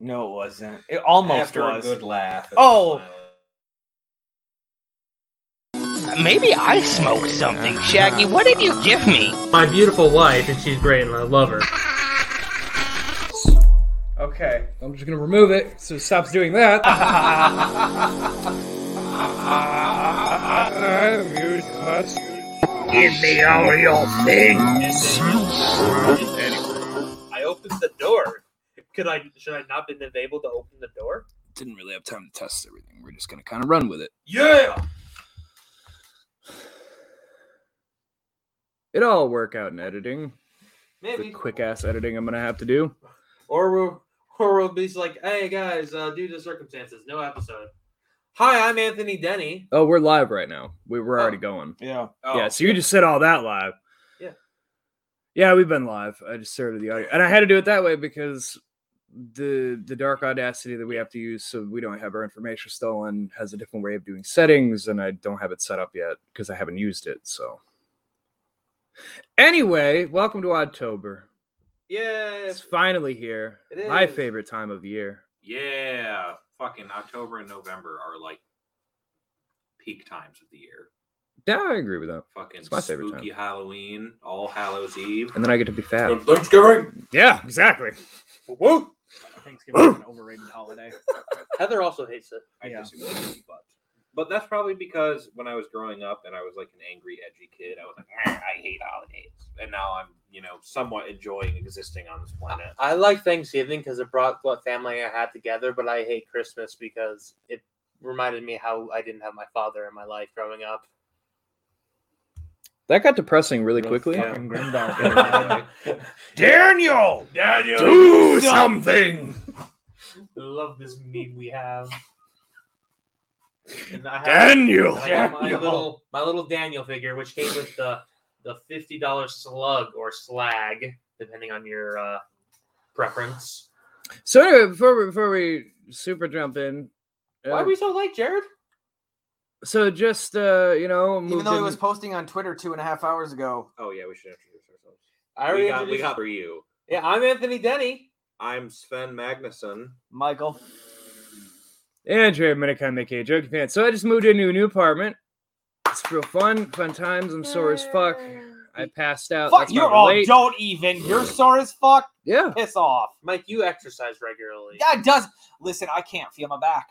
No, it wasn't. It almost After a was. good laugh. and Oh. smiling. Maybe I smoked something, Shaggy. What did you give me? My beautiful wife, and she's great, and I love her. Okay. I'm just gonna remove it so it stops doing that. I opened the door. Could I? Should I not been able to open the door? Didn't really have time to test everything. We're just gonna kind of run with it. Yeah. It'll all work out in editing. The Maybe. quick ass editing I'm gonna have to do. Or we'll, or we'll be like, hey guys, uh, due to circumstances, no episode. Hi, I'm Anthony Denny. Oh, we're live right now. We were already going. Yeah. Oh, yeah, so you just said all that live. Yeah. Yeah, we've been live. I just started the audio. And I had to do it that way because the the dark audacity that we have to use so we don't have our information stolen has a different way of doing settings and I don't have it set up yet because I haven't used it. So Anyway, welcome to Oddtober. Yeah. It's finally here. It My is. favorite time of year. Yeah. Fucking October and November are like peak times of the year. Yeah, I agree with that. Fucking It's my favorite spooky Halloween, All Hallows Eve. And then I get to be fat. Thanksgiving. Yeah, exactly. Woo! Thanksgiving is an overrated holiday. Heather also hates it. I Yeah. disagree, but but that's probably because when I was growing up and I was like an angry, edgy kid, I was like, "Meh, I hate holidays, and now I'm you know somewhat enjoying existing on this planet. I like Thanksgiving because it brought what family I had together, but I hate Christmas because it reminded me how I didn't have my father in my life growing up. That got depressing really quickly. Fucking grimdark. Yeah. Daniel! Daniel! Do something! Love this meme we have. And I have- Daniel! I have my little my little Daniel figure, which came with the the fifty dollar slug or slag, depending on your uh, preference. So anyway, before we, before we super jump in, uh, Why are we so late, Jared? so just uh, you know, moved Even though he was in- posting on Twitter two and a half hours ago. Oh yeah, we should introduce ourselves. I already we got we introduced- got Ryu. Yeah, I'm Anthony Denny. I'm Sven Magnuson. Michael. Andrew Minicon, aka Joke Fan. So I just moved into a new apartment. It's real fun, fun times. I'm sore as fuck. I passed out. Fuck, that's why you're we're all late. don't even. You're sore as fuck. Yeah, Piss off. Mike, you exercise regularly. That does. Listen, I can't feel my back.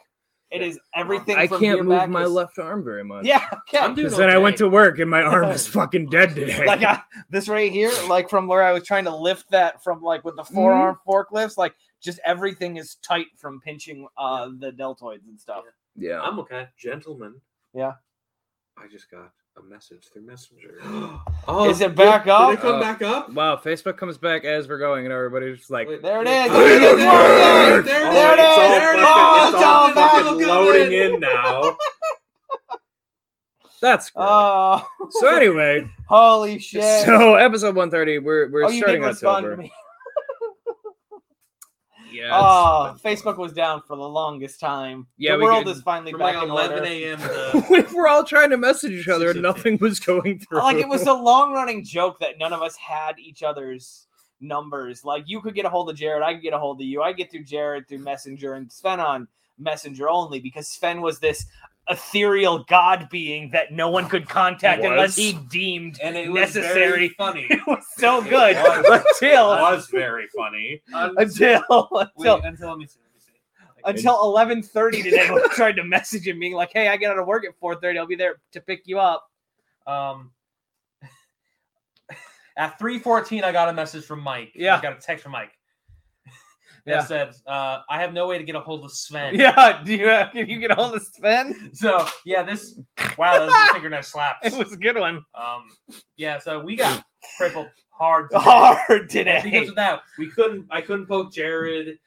It is everything. I from can't here move back my is- left arm very much. Yeah, okay. I'm doing Because then I went okay. to work and my arm is fucking dead today. like I, this right here, like from where I was trying to lift that from like with the Mm-hmm. forearm forklifts, like just everything is tight from pinching uh the deltoids and stuff. yeah. I'm okay. Gentlemen. Yeah. I just got a message through Messenger. Oh, Is it back Did up? it come Uh, back up? Wow, Facebook comes back as we're going, and everybody's just like, Wait, There it wait. is. There it is. There it is. Oh, There it it's all fucking- is. Oh, it's it's all all back. fucking loading in now. "That's great." Oh, so anyway." holy shit! So episode 130, we're we're oh, you did starting respond to October. me. Yeah, Oh, Facebook was down for the longest time. Yeah, the we world could- is finally From back like in 11 order. a.m. to we were all trying to message each other, and Six of nothing was going through. like it was a long running joke that none of us had each other's numbers. Like you could get a hold of Jared, I could get a hold of you. I get through Jared through Messenger and Sven on Messenger only because Sven was this ethereal god being that no one could contact unless he deemed and it was necessary. very funny. it was so Oh, good It until was very funny. until until Wait, until let me see. Let me see. until eleven thirty today when I tried to message him being like, Hey, I get out of work at four thirty, I'll be there to pick you up. Um, at three fourteen, I got a message from Mike. Yeah. I got a text from Mike. That Yeah. said, uh, I have no way to get a hold of Sven. Yeah, do you uh, can you get a hold of Sven? So yeah, this wow, that was a fingernail slap. It was a good one. Um, yeah. So we got crippled hard. today. hard And Because today. of that, we couldn't. I couldn't poke Jared.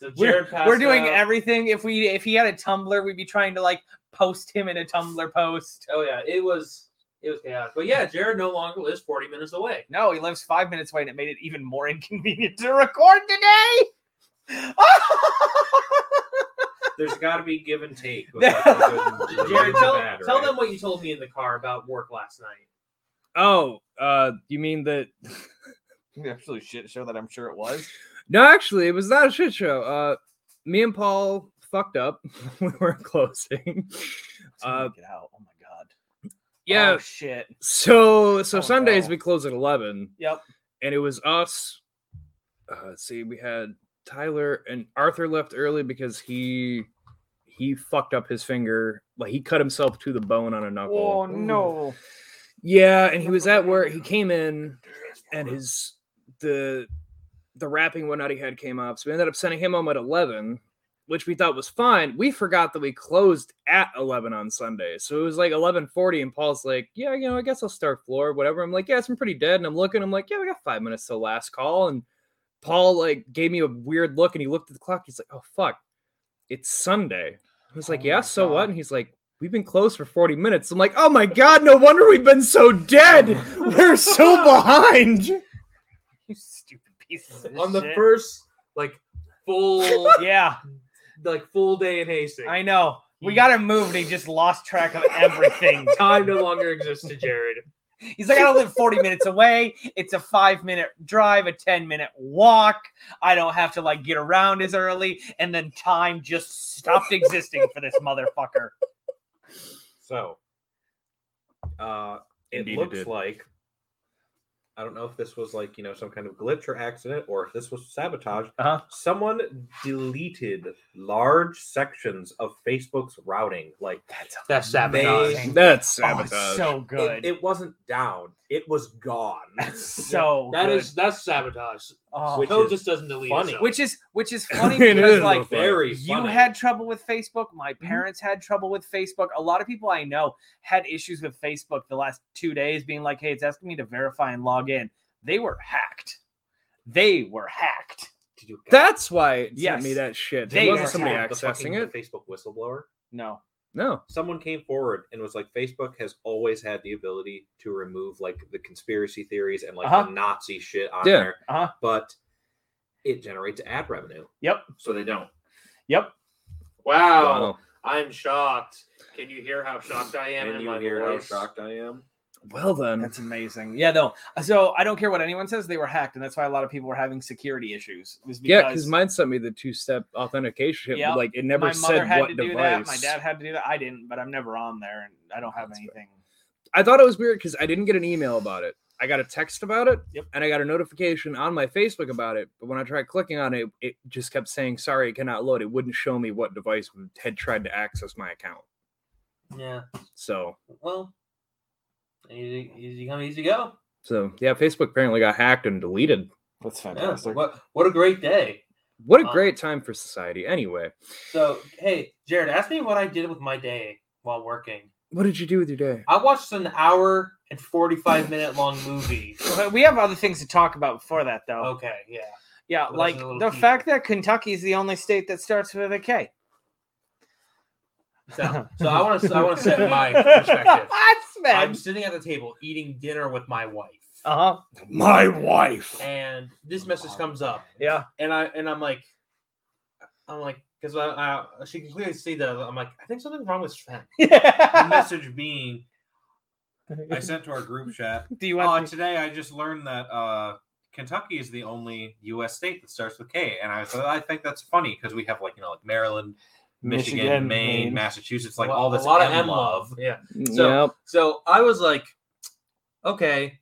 So We're, Jared we're doing everything. everything. If we if he had a Tumblr, we'd be trying to like post him in a Tumblr post. Oh yeah, it was. It was chaotic. But yeah, Jared no longer lives forty minutes away. No, he lives five minutes away, and it made it even more inconvenient to record today. There's got to be give and take. with, Yeah. like, the good and the Jared, tell, bad, tell right? them what you told me in the car about work last night. oh, uh, you mean that? Absolute shit show that I'm sure it was. No, actually, it was not a shit show. Uh, me and Paul fucked up when we were closing. Uh, get out. Oh my god. yeah. Oh, shit. So so Oh, Sundays no. we close at eleven. Yep. And it was us. Uh, let's see, we had Tyler and Arthur left early because he he fucked up his finger. Like he cut himself to the bone on a knuckle. Oh no. Yeah, and he was at work. He came in, and his the the wrapping whatnot he had came up. So we ended up sending him home at eleven, which we thought was fine. We forgot that we closed at eleven on Sunday, so it was like eleven forty. And Paul's like, "Yeah, you know, I guess I'll start floor, whatever." I'm like, "Yes, I'm pretty dead." And I'm looking. I'm like, "Yeah, we got five minutes till last call." And Paul like gave me a weird look, and he looked at the clock. He's like, "Oh fuck, it's Sunday." I was like, Oh "Yeah, my so what?" God. And he's like we've been closed for 40 minutes. I'm like, oh my god, no wonder we've been so dead. We're so behind. You stupid pieces of on the shit. first like full Yeah, like full day in Hastings. I know. Hmm. We got him moved. He just lost track of everything. Time no longer exists to Jared. He's like, I don't live 40 minutes away. It's a five minute drive, a 10 minute walk. I don't have to like get around as early. And then time just stopped existing for this motherfucker. So, uh, it Indeed it looks did. like I don't know if this was like you know some kind of glitch or accident, or if this was sabotage. Uh-huh. Someone deleted large sections of Facebook's routing. Like That's That's sabotage. amazing. That's oh, it's sabotage. so good. It, it wasn't down; it was gone. That's so That good. is that's sabotage. Oh. Which Phil is just doesn't delete funny. itself. which is which is funny It because is like funny. very. you funny. Mm-hmm. had trouble with Facebook. My parents had trouble with Facebook. A lot of people I know had issues with Facebook the last two days, being like, "Hey, it's asking me to verify and log in." They were hacked. They were hacked. Did you guys That's why it sent Yes. me that shit. They It wasn't are somebody have the fucking- accessing it. the Facebook whistleblower. No, No. someone came forward and was like facebook has always had the ability to remove like the conspiracy theories and like Uh-huh. the nazi shit on Yeah. there Uh-huh. but it generates ad revenue Yep. so they don't Yep. Oh. wow. I'm shocked. Can you hear how shocked I am? and in you my hear how voice? shocked i am Well then. That's amazing. Yeah, no. So I don't care what anyone says. They were hacked, and that's why a lot of people were having security issues. It was Yeah, because because mine sent me the two-step authentication. Yep. but Like it never my mother said had what to do device. that. My dad had to do that. I didn't, but I'm never on there, and I don't have That's fair. anything. I thought it was weird because I didn't get an email about it. I got a text about it, Yep. and I got a notification on my Facebook about it. But when I tried clicking on it, it just kept saying "Sorry, it cannot load." It wouldn't show me what device had tried to access my account. Yeah. So, Well, easy, easy come, easy go. so yeah, Facebook apparently got hacked and deleted. That's Yeah. What what a great day. What a Wow. great time for society. Anyway, So hey, Jared, ask me what I did with my day while working. what did you do with your day? I watched an hour and forty five minute long movie. But we have other things to talk about before that, Oh. though. Okay, yeah. yeah, well, that's like a little the key. fact that Kentucky is the only state that starts with a K. So, so I want to I want to set my perspective. What, I'm man? sitting at the table eating dinner with my wife, Oh. Uh huh. My wife. and this message comes up, Yeah. and I and I'm like, I'm like, because I, I she can clearly see that I'm like, I think something's wrong with Sven. The message being, i sent to our group chat Do you oh want? and today i just learned that uh Kentucky is the only U.S. state that starts with K, and I so I think that's funny because we have like you know like Maryland, Michigan, Michigan, Maine, Maine. Massachusetts, like a- all this a lot of M M love. Yeah. So- Yep. So I was like, okay,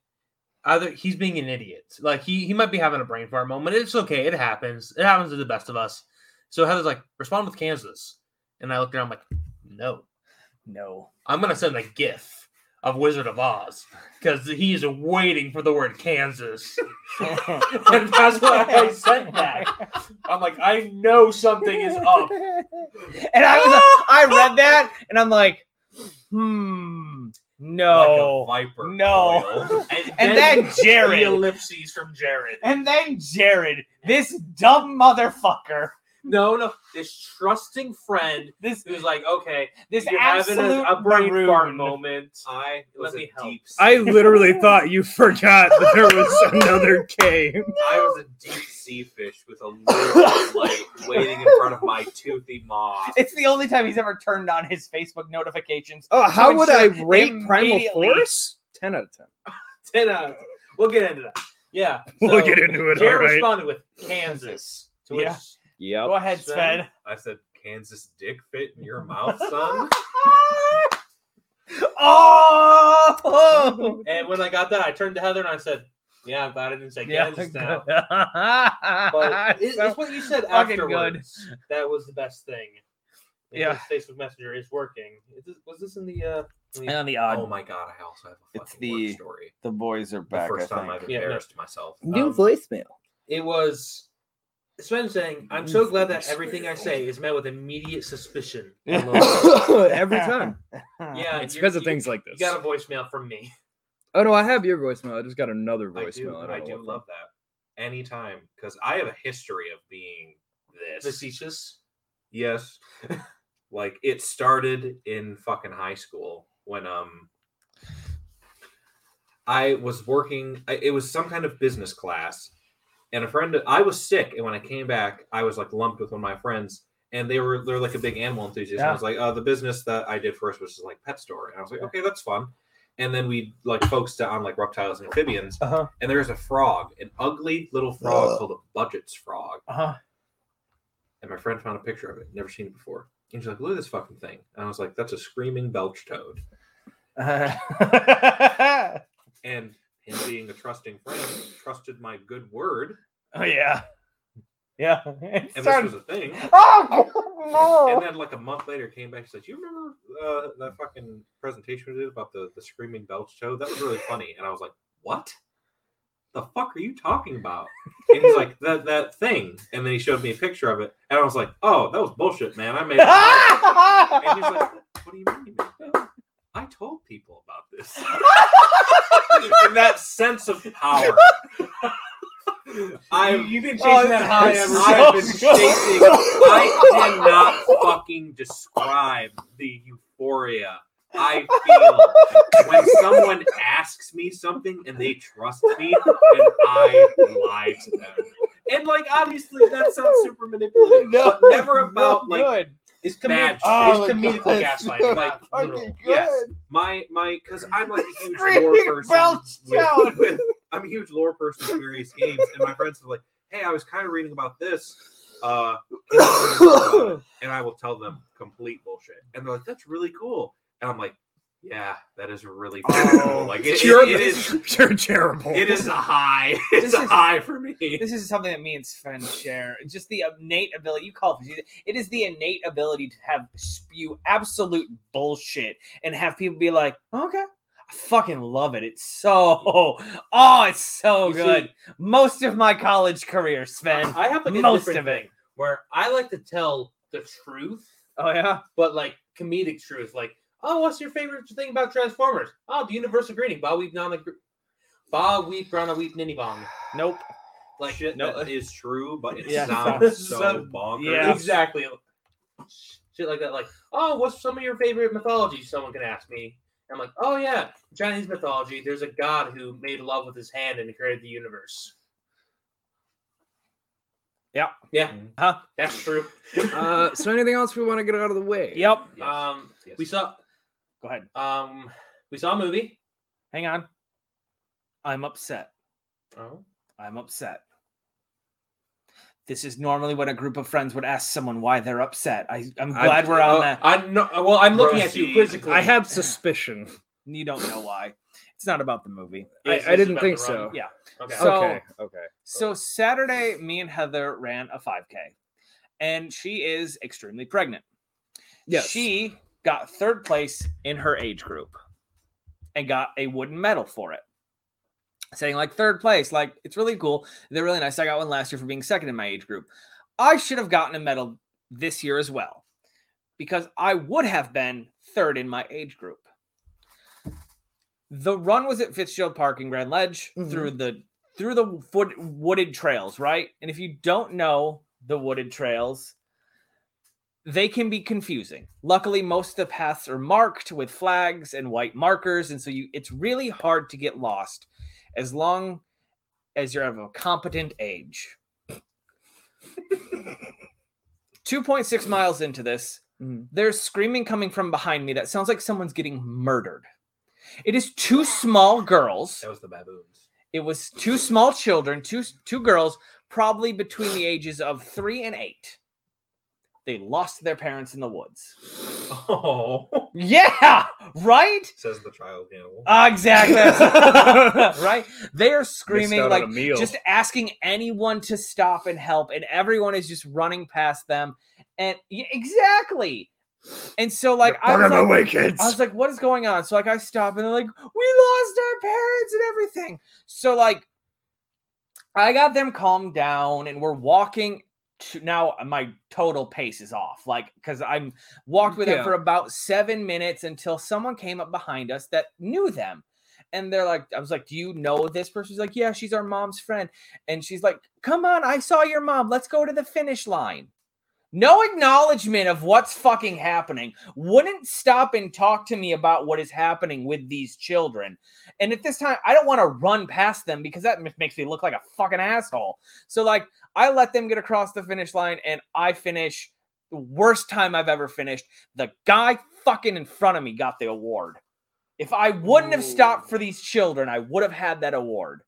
either he's being an idiot. Like he he might be having a brain fart moment. It's okay. It happens. It happens to the best of us. So Heather's like, respond with Kansas. And I looked around, I'm like, no. no. I'm gonna send a gif of Wizard of Oz because he is waiting for the word Kansas. and that's why I sent that. I'm like, I know something is up. And I was, I read that, and I'm like, hmm, no. like a viper. No. coiled. And, And then Jared. the ellipses from Jared. and then Jared, this dumb motherfucker, No, no, this trusting friend this who's like, okay, this you're having absolute a, a brain maroon. fart moment. I was Let a me help. deep. I literally thought you forgot that there was another K. I was a deep sea fish with a little light waiting in front of my toothy maw. It's the only time he's ever turned on his Facebook notifications. Oh, how So would I instead, rate Primal immediately- Force? Ten out of ten. Ten out. of- uh, We'll get into that. Yeah, We'll so get into it. Jared all right. responded with Kansas, to which Yeah. Yep. Go ahead, Sven. I said Kansas dick fit in your mouth, son. oh! And when I got that, I turned to Heather and I said, "Yeah, I'm glad I didn't say Kansas now." But it, it's what you said fucking good. afterwards. That was the best thing. Yeah. Because Facebook Messenger is working. Is this, was this in the? Uh, in the- on the oh odd. my god, I also have a It's fucking the- work story. The boys are The back. first time I I've think. Yeah, no. embarrassed myself. Um, voicemail. It was Sven saying, "I'm so glad that everything I say is met with immediate suspicion." Oh. Every time. yeah, It's you- because of you- things like You this. got a voicemail from me. Oh no, I have your voicemail. I just got another I voicemail. do, don't I, know do what love that. Anytime, because I have a history of being this. Facetious. Yes. like it started in fucking high school when um I was working I- it was some kind of business class and a friend I was sick and when I came back I was like lumped with one of my friends and they were they're like a big animal enthusiast. And I was like, uh, the business that I did first was just like pet store. And I was like, okay, that's fun. And then we like focused on like reptiles and amphibians. Uh-huh. And there's a frog, an ugly little frog called a budget's frog. Uh-huh. And my friend found a picture of it, never seen it before. And she's like, look at this fucking thing. And I was like, that's a screaming belch toad. oh And him being a trusting friend, trusted my good word. Oh, yeah, yeah. It And started- this was a thing. And Oh then, like a month later, came back and said, "You remember uh, that fucking presentation we did about the the screaming belch show? That was really funny." And I was like, "What? The fuck are you talking about?" And he's like, "That that thing." And then he showed me a picture of it, and I was like, "Oh, that was bullshit, man. I made." It no! and he's like, "What do you mean?" you made that? I told people about this. and that sense of power. I'm you, have been chasing Oh, that I high am. ever I have been since. chasing. I cannot fucking describe the euphoria I feel when someone asks me something and they trust me and I lie to them. And like, obviously, that sounds super manipulative, No, but never about like good. It's bad. shit. comedic. Oh, it's comedical that's gaslighting. like, Like, literal. Fucking yes. good. my my because I'm like a huge Screaming lore person. Belch with- Town. with- I'm a huge lore person with various games, and my friends are like, "Hey, I was kind of reading about this," uh, and I will tell them complete bullshit, and they're like, "That's really cool," and I'm like, "Yeah, that is really Oh, fucking cool. Like it- it- it is." Pure terrible. It is a high. This It's a is- high for me. This is something that me and Sven share. Just the innate ability. You call it. It is the innate ability to have spew absolute bullshit and have people be like, okay. I fucking love it. It's so oh, it's so You see- good. Most of my college career, Sven. I have like a Most different of it. thing where I like to tell the truth, Oh yeah. but like comedic truth. Like, oh, what's your favorite thing about Transformers? Oh, the universal greeting. Ba weep nana. gr- Ba weep rana weep ninny bong. Nope. Like Shit no, that is true, but it Yeah. sounds so, So- bonkers. yeah. exactly. Shit like that. Like, oh, what's some of your favorite mythology? Someone can ask me. I'm like, oh yeah, Chinese mythology. There's a god who made love with his hand and created the universe. Yeah. Yeah. Huh? That's true. Uh, so anything else we want to get out of the way? Yep. Yes. Um, Yes. we saw Go ahead. um we saw a movie. Hang on. I'm upset. Oh. I'm upset. This is normally when a group of friends would ask someone why they're upset. I, I'm I- glad we're on that. Uh, I'm not, well, I'm looking at you Proceed. quizzically. I have suspicion. You don't know why. It's not about the movie. I- Is I this didn't about think the run? so. Yeah. Okay. So- okay. Okay. So Saturday, me and Heather ran a 5K, and she is extremely pregnant. Yes. She got third place in her age group and got a wooden medal for it. Saying like third place, like it's really cool. They're really nice. I got one last year for being second in my age group. I should have gotten a medal this year as well because I would have been third in my age group. The run was at Fitzgerald Park in Grand Ledge Mhm. through the through the wood, wooded trails, right? And if you don't know the wooded trails, they can be confusing. Luckily, most of the paths are marked with flags and white markers, and so you it's really hard to get lost as long as you're of a competent age. 2.6 miles into this, Mhm. there's screaming coming from behind me that sounds like someone's getting murdered. It is two small girls that was the baboons. it was two small children, two two girls probably between the ages of three and eight. They lost their parents in the woods. Oh, Yeah, right? Ah, says the child animal. Exactly. right? They are Missed out screaming on like a meal. just asking anyone to stop and help, and everyone is just running past them. And yeah, exactly. And so, like, I was like, away, kids. I was like, what is going on? So like I stop and they're like, we lost our parents and everything. So like I got them calmed down and we're walking to now my total pace is off. Like because I'm walked with Yeah. them for about seven minutes until someone came up behind us that knew them. And they're like, I was like, Do you know this person? She's like, Yeah, she's our mom's friend. And she's like, Come on, I saw your mom. Let's go to the finish line. No acknowledgement of what's fucking happening. Wouldn't stop and talk to me about what is happening with these children. And at this time, I don't want to run past them because that m- makes me look like a fucking asshole. So, like, I let them get across the finish line and I finish the worst time I've ever finished. The guy fucking in front of me got the award. If I wouldn't have stopped for these children, I would have had that award.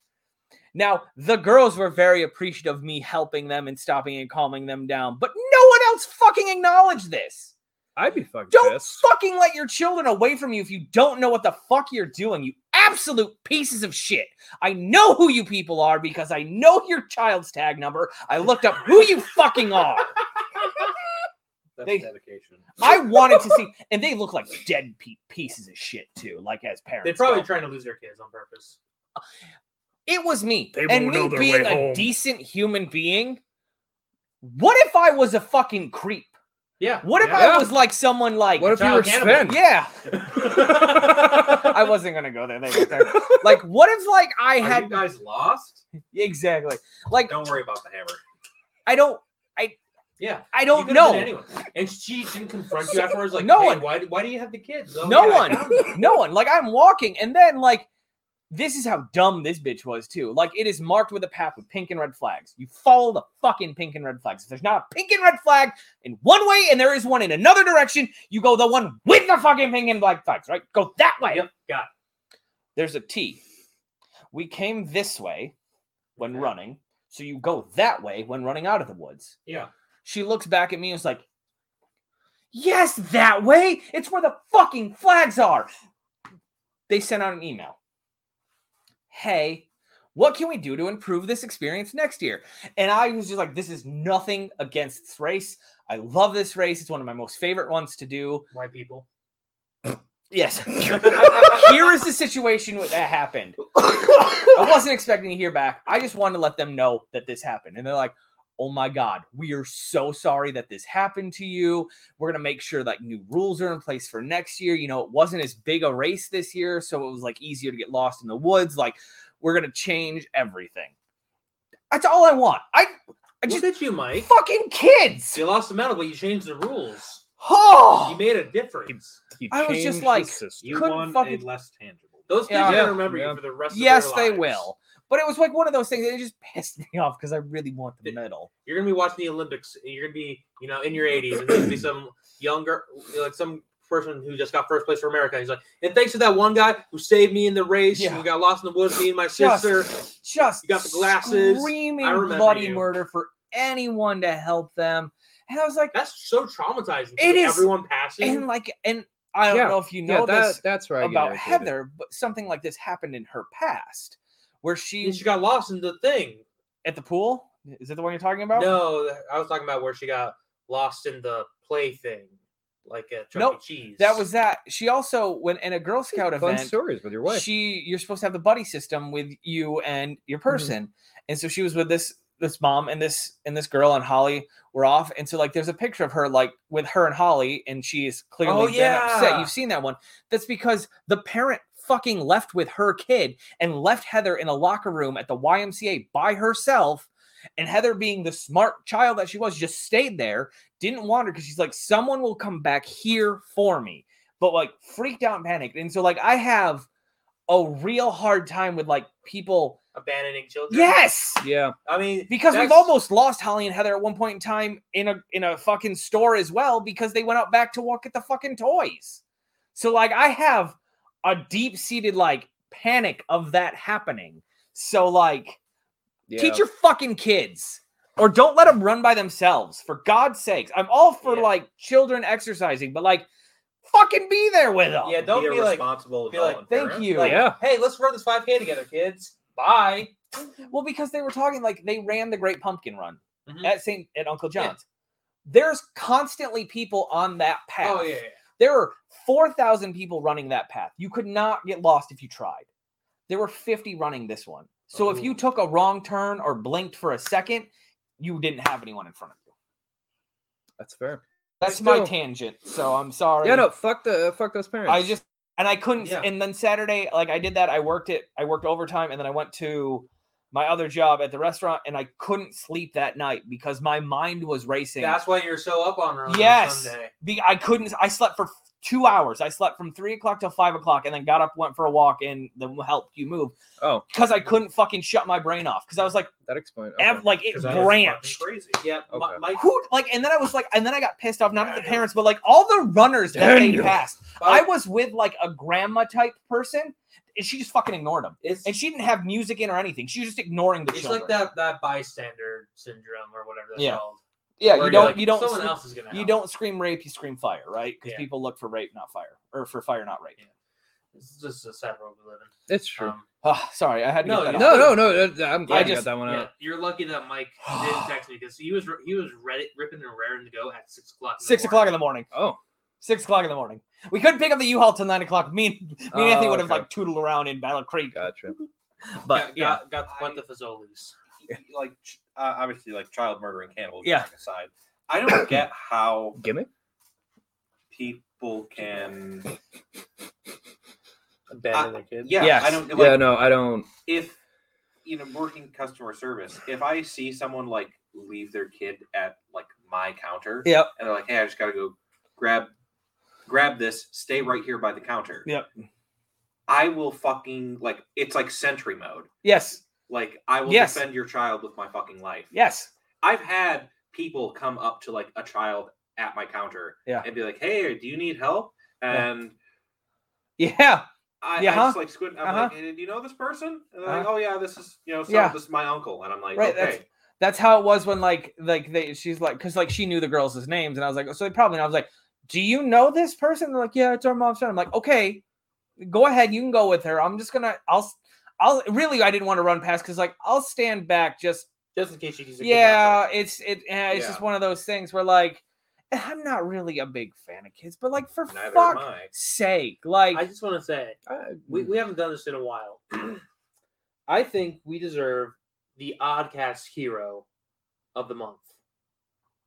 Now, the girls were very appreciative of me helping them and stopping and calming them down, but no one else fucking acknowledged this. I'd be fucking Don't pissed. fucking let your children away from you if you don't know what the fuck you're doing, you absolute pieces of shit. I know who you people are because I know your child's tag number. I looked up who you fucking are. That's they- dedication. I wanted to see, and they look like dead pe- pieces of shit too, like as parents. They're probably go. trying to lose their kids on purpose. It was me. They and won't know me their being way a home. decent human being. What if I was a fucking creep? Yeah. What if Yeah. I was like someone like What if you were Child cannibal. Sven? Yeah. I wasn't gonna go there. They went there. Like what if like I Are you had guys lost? exactly like Don't worry about the hammer. I don't I Yeah. I You don't could've know. been anyone. And she didn't confront you afterwards. Like, No hey, one. Why, why do you have the kids? Oh, no yeah, I one found them. no one like i'm walking and then like this is how dumb this bitch was too like it is marked with a path with pink and red flags you follow the fucking pink and red flags if there's not a pink and red flag in one way and there is one in another direction you go the one with the fucking pink and black flags right go that way Yep. Got it. there's a T. We came this way when running, so you go that way when running out of the woods. Yeah. She looks back at me and is like, Yes, that way. It's where the fucking flags are. They sent out an email. Hey, what can we do to improve this experience next year? And I was just like, This is nothing against this race. I love this race. It's one of my most favorite ones to do. White people. Yes. Here is the situation where that happened. I wasn't expecting to hear back. I just wanted to let them know that this happened. And they're like, oh my God, we are so sorry that this happened to you. We're going to make sure like new rules are in place for next year. You know, it wasn't as big a race this year. So it was like easier to get lost in the woods. Like, we're going to change everything. That's all I want. I I Look just at you, Mike. fucking kids. You lost the medal, but you changed the rules. You Oh, made a difference. You I was just changed the like, system. You Couldn't want fucking- a less tangible. Those kids Yeah. are Yeah. gonna remember Yeah. you for the rest. yes, of their they lives. will. But it was like one of those things that it just pissed me off because I really want the medal. You're gonna be watching the Olympics. and You're gonna be, you know, in your 80s, and there's gonna be some younger, like some person who just got first place for America. He's like, and thanks to that one guy who saved me in the race, Yeah. who got lost in the woods, me and my Just- sister. just You got the glasses. I screaming remember bloody you. murder for anyone to help them. And I was like, That's so traumatizing. It is- Everyone passing. and like, and I don't Yeah, know if you yeah, know that, this that's right. about Heather, but something like this happened in her past, where she and she got lost in the thing. at the pool. Is that the one you're talking about? No, I was talking about where she got lost in the play thing, like at Chuck Nope, E. Cheese. That was that. She also when in a Girl Scout Fun event, stories with your wife. she you're supposed to have the buddy system with you and your Mm-hmm. person and so she was with this this mom and this and this girl and holly were off and so like there's a picture of her like with her and holly and she is clearly Oh, been upset yeah. you've seen that one that's because the parent fucking left with her kid and left heather in a locker room at the ymca by herself and heather being the smart child that she was just stayed there didn't want her because she's like someone will come back here for me but like freaked out and panicked and so like i have a real hard time with like people. abandoning children. Yes, yeah, I mean because we've that's- almost lost Holly and Heather at one point in time in a in a fucking store as well because they went out back to walk at the fucking toys. So like I have a deep seated like panic of that happening. So like Yeah. Teach your fucking kids. Or don't let them run by themselves. For God's sakes. I'm all for Yeah. like children exercising, but like fucking be there with them. Yeah, don't be, a be like- responsible be like, adult and Thank parent. you. Like, Yeah. Hey, let's run this 5K together, kids. Bye. Well, because they were talking like they ran the Great Pumpkin Run Mhm. at St. at Uncle Yeah. John's. There's constantly people on that path. Oh yeah. yeah. There were 4,000 people running that path. You could not get lost if you tried. There were 50 running this one. So if you Ooh. took a wrong turn or blinked for a second, you didn't have anyone in front of you. That's fair. That's my Still- tangent. So I'm sorry. Yeah, no, fuck the uh, fuck those parents. I just and I couldn't. Yeah. And then Saturday, like I did that. I worked it. I worked overtime, and then I went to my other job at the restaurant, and I couldn't sleep that night because my mind was racing. That's why you're so up on her. On Yes. Sunday. Be- I couldn't. I slept for two hours. I slept from three o'clock till five o'clock, and then got up, went for a walk, and then helped you move oh, because I couldn't fucking shut my brain off because I was like, that explains. ev- okay. like it 'Cause I was branched. fucking Crazy. Yeah. Mi- Okay. Mike, Who like and then I was like and then I got pissed off not at the parents but like all the runners that they Daniel. passed I Mike, was with like a grandma type person, and she just fucking ignored him. it's, And she didn't have music in or anything. She was just ignoring the it's children. like that that bystander syndrome or whatever that's Yeah. called. Yeah, Where you you're don't like, you don't Someone scre- else is gonna. you help. don't scream rape, you scream fire, right? Because Yeah. people look for rape, not fire, or for fire, not rape. Yeah. It's just a sad world we live in. it's true. Um, Ah, sorry, I had to No, get that you- off. no, no, no. that- I'm glad you just- got that one yeah, out. you're lucky that Mike didn't text me because he was he was ready, ripping and raring to go at six o'clock. Six o'clock in the morning. Oh, Six o'clock in the morning. We couldn't pick up the U-Haul till nine o'clock. Me and, me and Oh, Anthony would have okay. like tootled around in Battle Creek, gotcha. but got, yeah, got, got the Fuente Fazoli's. Like ch- uh, obviously, like child murdering cannibals. Yeah. Aside, I don't get how Gimme. people can. Abandoning their kids. Yeah, Yes. I don't. Like, yeah, no, I don't. if you know working customer service if i see someone like leave their kid at like my counter Yep. and they're like hey i just gotta go grab grab this stay right here by the counter Yep. i will fucking like it's like sentry mode yes, like i will Yes. defend your child with my fucking life yes, i've had people come up to like a child at my counter Yeah. and be like hey do you need help Yeah. and yeah, I, Yeah, I huh? just like squint. I'm Uh-huh. like, hey, do you know this person? And they're like, Uh-huh. oh yeah, this is you know, so, Yeah. this is my uncle. And I'm like, Right, that's- okay, that's how it was when like like they she's like because like she knew the girls' names and I was like so they probably and I was like do you know this person they're like yeah it's our mom's friend I'm like okay go ahead you can go with her I'm just gonna I'll I'll really I didn't want to run past because like I'll stand back just Just in case you use a yeah it's it eh, it's just Yeah. one of those things where like I'm not really a big fan of kids but like for neither am fuck's I. sake kidnapper. like Mm. I just want to say I- we, we haven't done this in a while. I think we deserve the Oddcast hero of the month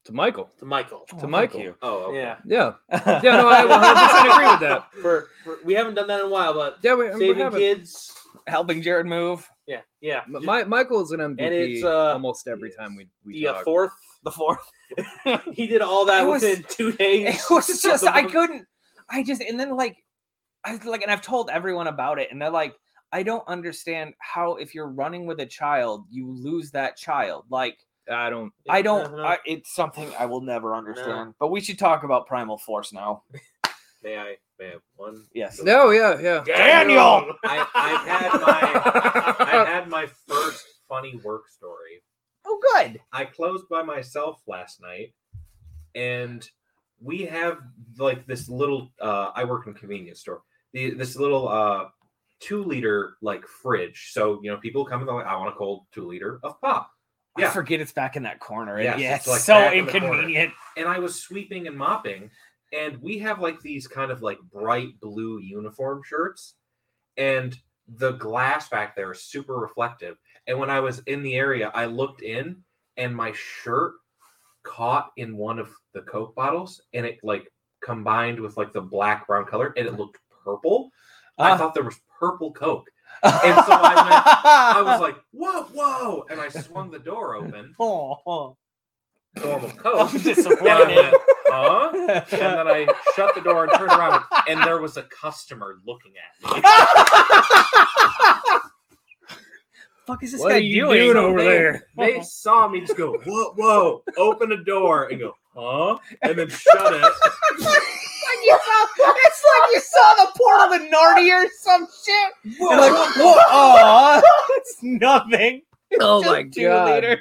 to Michael. to Michael. Oh, To thank Michael. you. Oh, okay. Yeah, Yeah. Yeah. No, I 100 agree with that. for, for we haven't done that in a while, but Yeah, we, we saving have it. kids. helping Jared move Yeah, yeah. M- My, Michael's an MVP it's, uh, almost every time we we the uh, talk. fourth. the fourth He did all that It was- within two days. it was just I couldn't. I just and then like I was like and I've told everyone about it and they're like I don't understand how if you're running with a child you lose that child like I don't. I don't Uh-huh. I, it's something I will never understand but we should talk about primal force now May I? May I have one? yes No. Yeah. Yeah. Daniel! I, I've had my I had my first funny work story. oh good I closed by myself last night, and we have like this little. Uh, I work in a convenience store. The, this little uh, two liter like fridge. So you know, people come and go. I want a cold two liter of pop. I Yeah. forget it's back in that corner and Yes, yeah it's, it's, like, so back in the corner. inconvenient and I was sweeping and mopping, and we have like these kind of like bright blue uniform shirts, and the glass back there is super reflective. And when I was in the area, I looked in, and my shirt caught in one of the Coke bottles, and it like combined with like the black brown color, and it looked purple. I Ah. thought there was purple Coke. And so I I was like, whoa, whoa, and I swung the door open. oh, Normal I'm Coke. And I disappointed went, huh? and then I shut the door and turned around, and there was a customer looking at me. fuck is this What guy are you doing, doing over there? They saw me just go, whoa, whoa, open the door and go, huh? And then shut it. like you saw, it's like you saw the portal to Narnia or some shit. You're like, whoa, aw, it's nothing. Oh Just my two God. liters.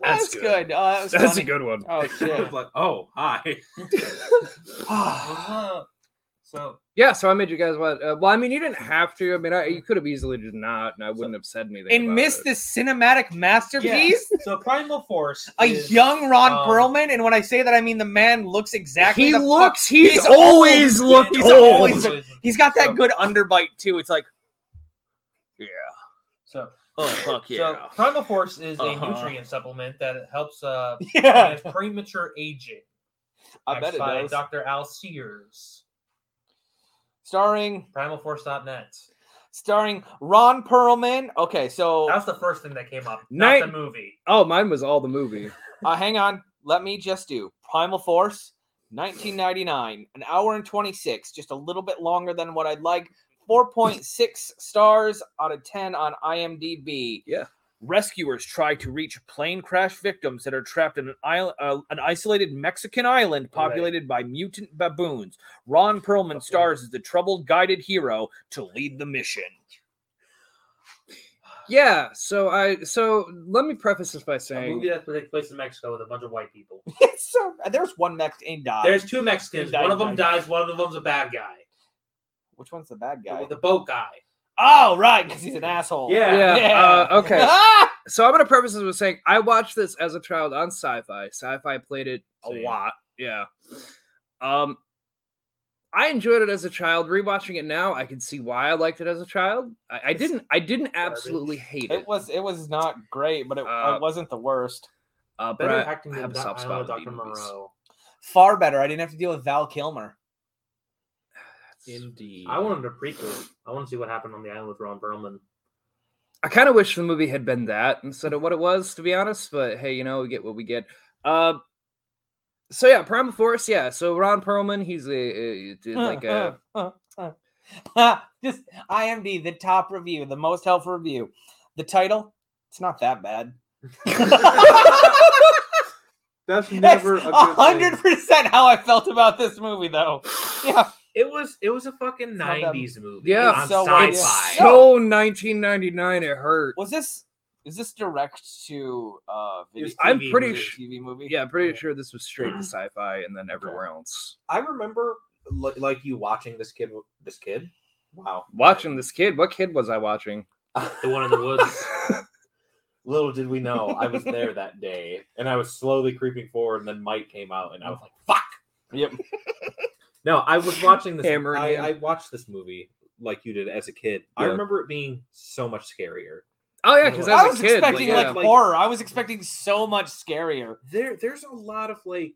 That's That's good. good. Oh, that was That's funny. a good one. Oh I shit. was like, oh, hi. so Yeah, so I made you guys watch. Uh, well, I mean, you didn't have to. I mean, I, you could have easily just not, and I wouldn't have said anything. and about miss it. this cinematic masterpiece. so Primal Force. A is- young Ron um, Perlman, and when I say that, I mean the man looks exactly. He the fuck- looks. He's, he's always old. looked He's old. always- he's got So- that good underbite too. It's like, So, oh fuck so Primal Force is Uh-huh. a nutrient supplement that helps uh yeah. prevent premature aging. I bet it by does. Dr. Al Sears. Starring, Primalforce.net. starring Ron Perlman. Okay, so That's the first thing that came up. Night- Not the movie. Oh, mine was all the movie. uh, hang on. Let me just do Primal Force, 1999, an hour and 26, just a little bit longer than what I'd like. 4.6 stars out of 10 on IMDb. Yeah. Rescuers try to reach plane crash victims that are trapped in an island, uh, an isolated Mexican island populated by mutant baboons. Ron Perlman stars as the troubled guided hero to lead the mission. Yeah. So I. So let me preface this by A saying movie that takes place in Mexico with a bunch of white people. It's so there's one Mexican died. There's two Mexicans. Died, One of them died, dies. One of them's a bad guy. Which one's the bad guy? The, the boat guy. Oh, right, because he's an asshole. Yeah. Yeah. Uh, okay. Ah! So I'm gonna preface this with saying I watched this as a child on Sci-Fi. Sci-Fi played it a Same. lot. Yeah. Um, I enjoyed it as a child. Rewatching it now, I can see why I liked it as a child. I, I didn't. I didn't absolutely hate it. It was it was not great, but it, Uh, it wasn't the worst. Uh, but Better I, acting I than have a Do- soft I spot. know with Dr. indie movies. Moreau. Far better. I didn't have to deal with Val Kilmer. Indeed. I wanted a prequel. I want to see what happened on the island with Ron Perlman. I kind of wish the movie had been that instead of what it was, to be honest. But hey, you know, we get what we get. Uh, so yeah, Primal Force. Yeah, so Ron Perlman, he's a, a like a Uh, uh, uh. Just IMD, the top review, the most helpful review. The title, it's not that bad. That's That's never a good hundred hundred. percent how I felt about this movie, though. Yeah, It was it was a fucking not that- nineties movie. Yeah. on It's so sci-fi. weird. It's so 1999. It hurt. was this is this direct to uh? It was I'm TV pretty movie. sh- TV movie. Yeah, I'm pretty sure this was straight to sci-fi and then everywhere else. I remember li- like you watching this kid. This kid. Wow. Watching this kid, what kid was I watching? The one in the woods. Little did we know I was there that day, and I was slowly creeping forward, and then Mike came out, and I was like, "Fuck." Yep. No, I was watching this. Hammering I, in. I watched this movie like you did as a kid. I Yeah. remember it being so much scarier. Oh yeah, because I I as was a kid, like, expecting yeah. like, yeah. horror. I was expecting so much scarier. There, there's a lot of like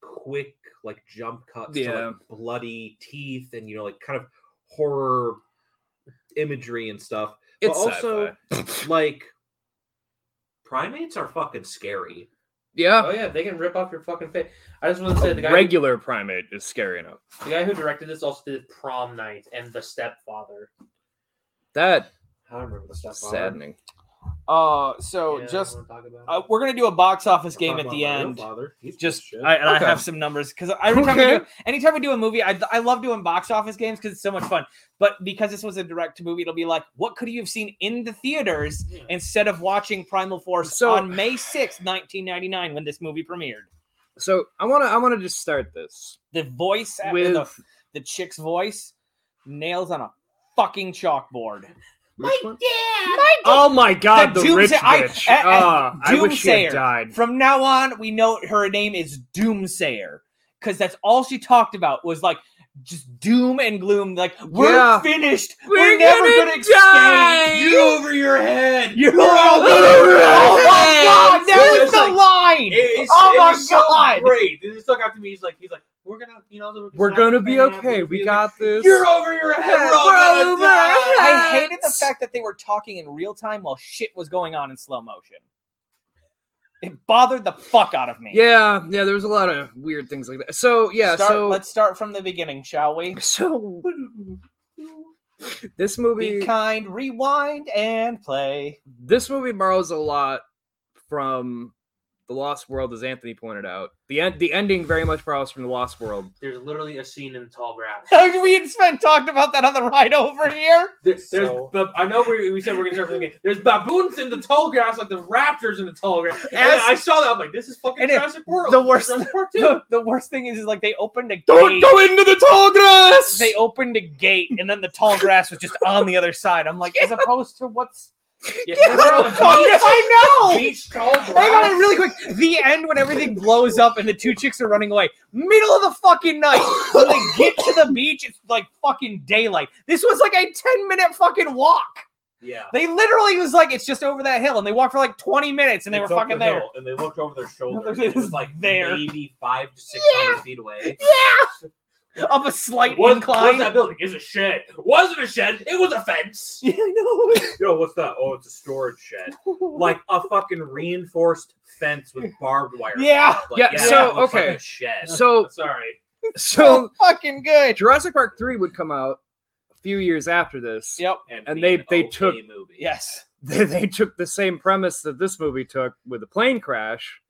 quick, like jump cuts to Yeah. like bloody teeth, and you know, like kind of horror imagery and stuff. it's but also sci-fi. like primates are fucking scary. yeah. oh yeah, they can rip off your fucking face. I just want to say the guy. who- Regular primate is scary enough. The guy who directed this also did Prom Night and The Stepfather. That I don't remember the stuff. saddening. Uh, so Yeah, I just wanna talk about uh, it. we're gonna do a box office game at the end. Just I, and Okay. I have some numbers because every time we do, Okay. anytime we do a movie, I, I love doing box office games because it's so much fun. But because this was a direct to movie, it'll be like, what could you have seen in the theaters Yeah. instead of watching Primal Force So- on May sixth, nineteen 1999, when this movie premiered? So I wanna I wanna just start this The voice, uh, with the, the chick's voice, nails on a fucking chalkboard. Which one? Oh my god, The the, Doomsay- rich I- bitch. I- I- Ah, I wish she Doomsayer. had died. From now on, we know her name is Doomsayer because that's all she talked about was like just doom and gloom. Like we're Yeah. finished. We're, We're never gonna gonna die. escape. You're over your head. You're over over your your Oh my head. god, that was It's the like- line. oh my god, great! And he's talking after me. He's like, he's like, we're gonna, you know, we're, We're gonna be okay. We got this. You're over your head. We're We're all gonna over die. our head. I hated the Yes. fact that they were talking in real time while shit was going on in slow motion. It bothered the fuck out of me. yeah, yeah, there was a lot of weird things like that. So yeah, Start- so let's start from the beginning, shall we? so this movie Be kind, rewind, and play. this movie borrows a lot from The Lost World, as Anthony pointed out, the end, the ending very much borrows from The Lost World. There's literally a scene in Tall Grass. we and Sven talked about that on the ride over here. There, there's, So- but I know we, we said we're gonna start from the beginning. There's baboons in the tall grass, like the raptors in the tall grass. And As- I saw that. I'm like, this is fucking And it- Jurassic World. the worst- Jurassic World 2. The, the worst thing is, is like they opened a gate. into the tall grass. They opened a gate, and then the tall grass was just on the other side. I'm like, as opposed to what's. Yeah, I know. Beach tall grass. Hang on, really quick. The end when everything blows up and the two chicks are running away. Middle of the fucking night. When they get to the beach, it's like fucking daylight. This was like a 10 minute fucking walk. Yeah. They literally was like, it's just over that hill. And they walked for like 20 minutes and they It's were up fucking the there. hill, and they looked over their shoulder. It and it was was like there. maybe five to six hundred feet away. Up a slight What- incline. What's that building? Is a shed. Wasn't a shed. It was a fence. Yeah, I Yo, what's that? Oh, it's a storage shed. know. Like a fucking reinforced fence with barbed wire. yeah. Like, Yeah, that so, looks like okay. a shed. So, Sorry. so fucking good. Jurassic Park three would come out a few years after this. Yep. And be they- an they okay took- movie. Yes. They, they took the same premise that this movie took with a plane crash,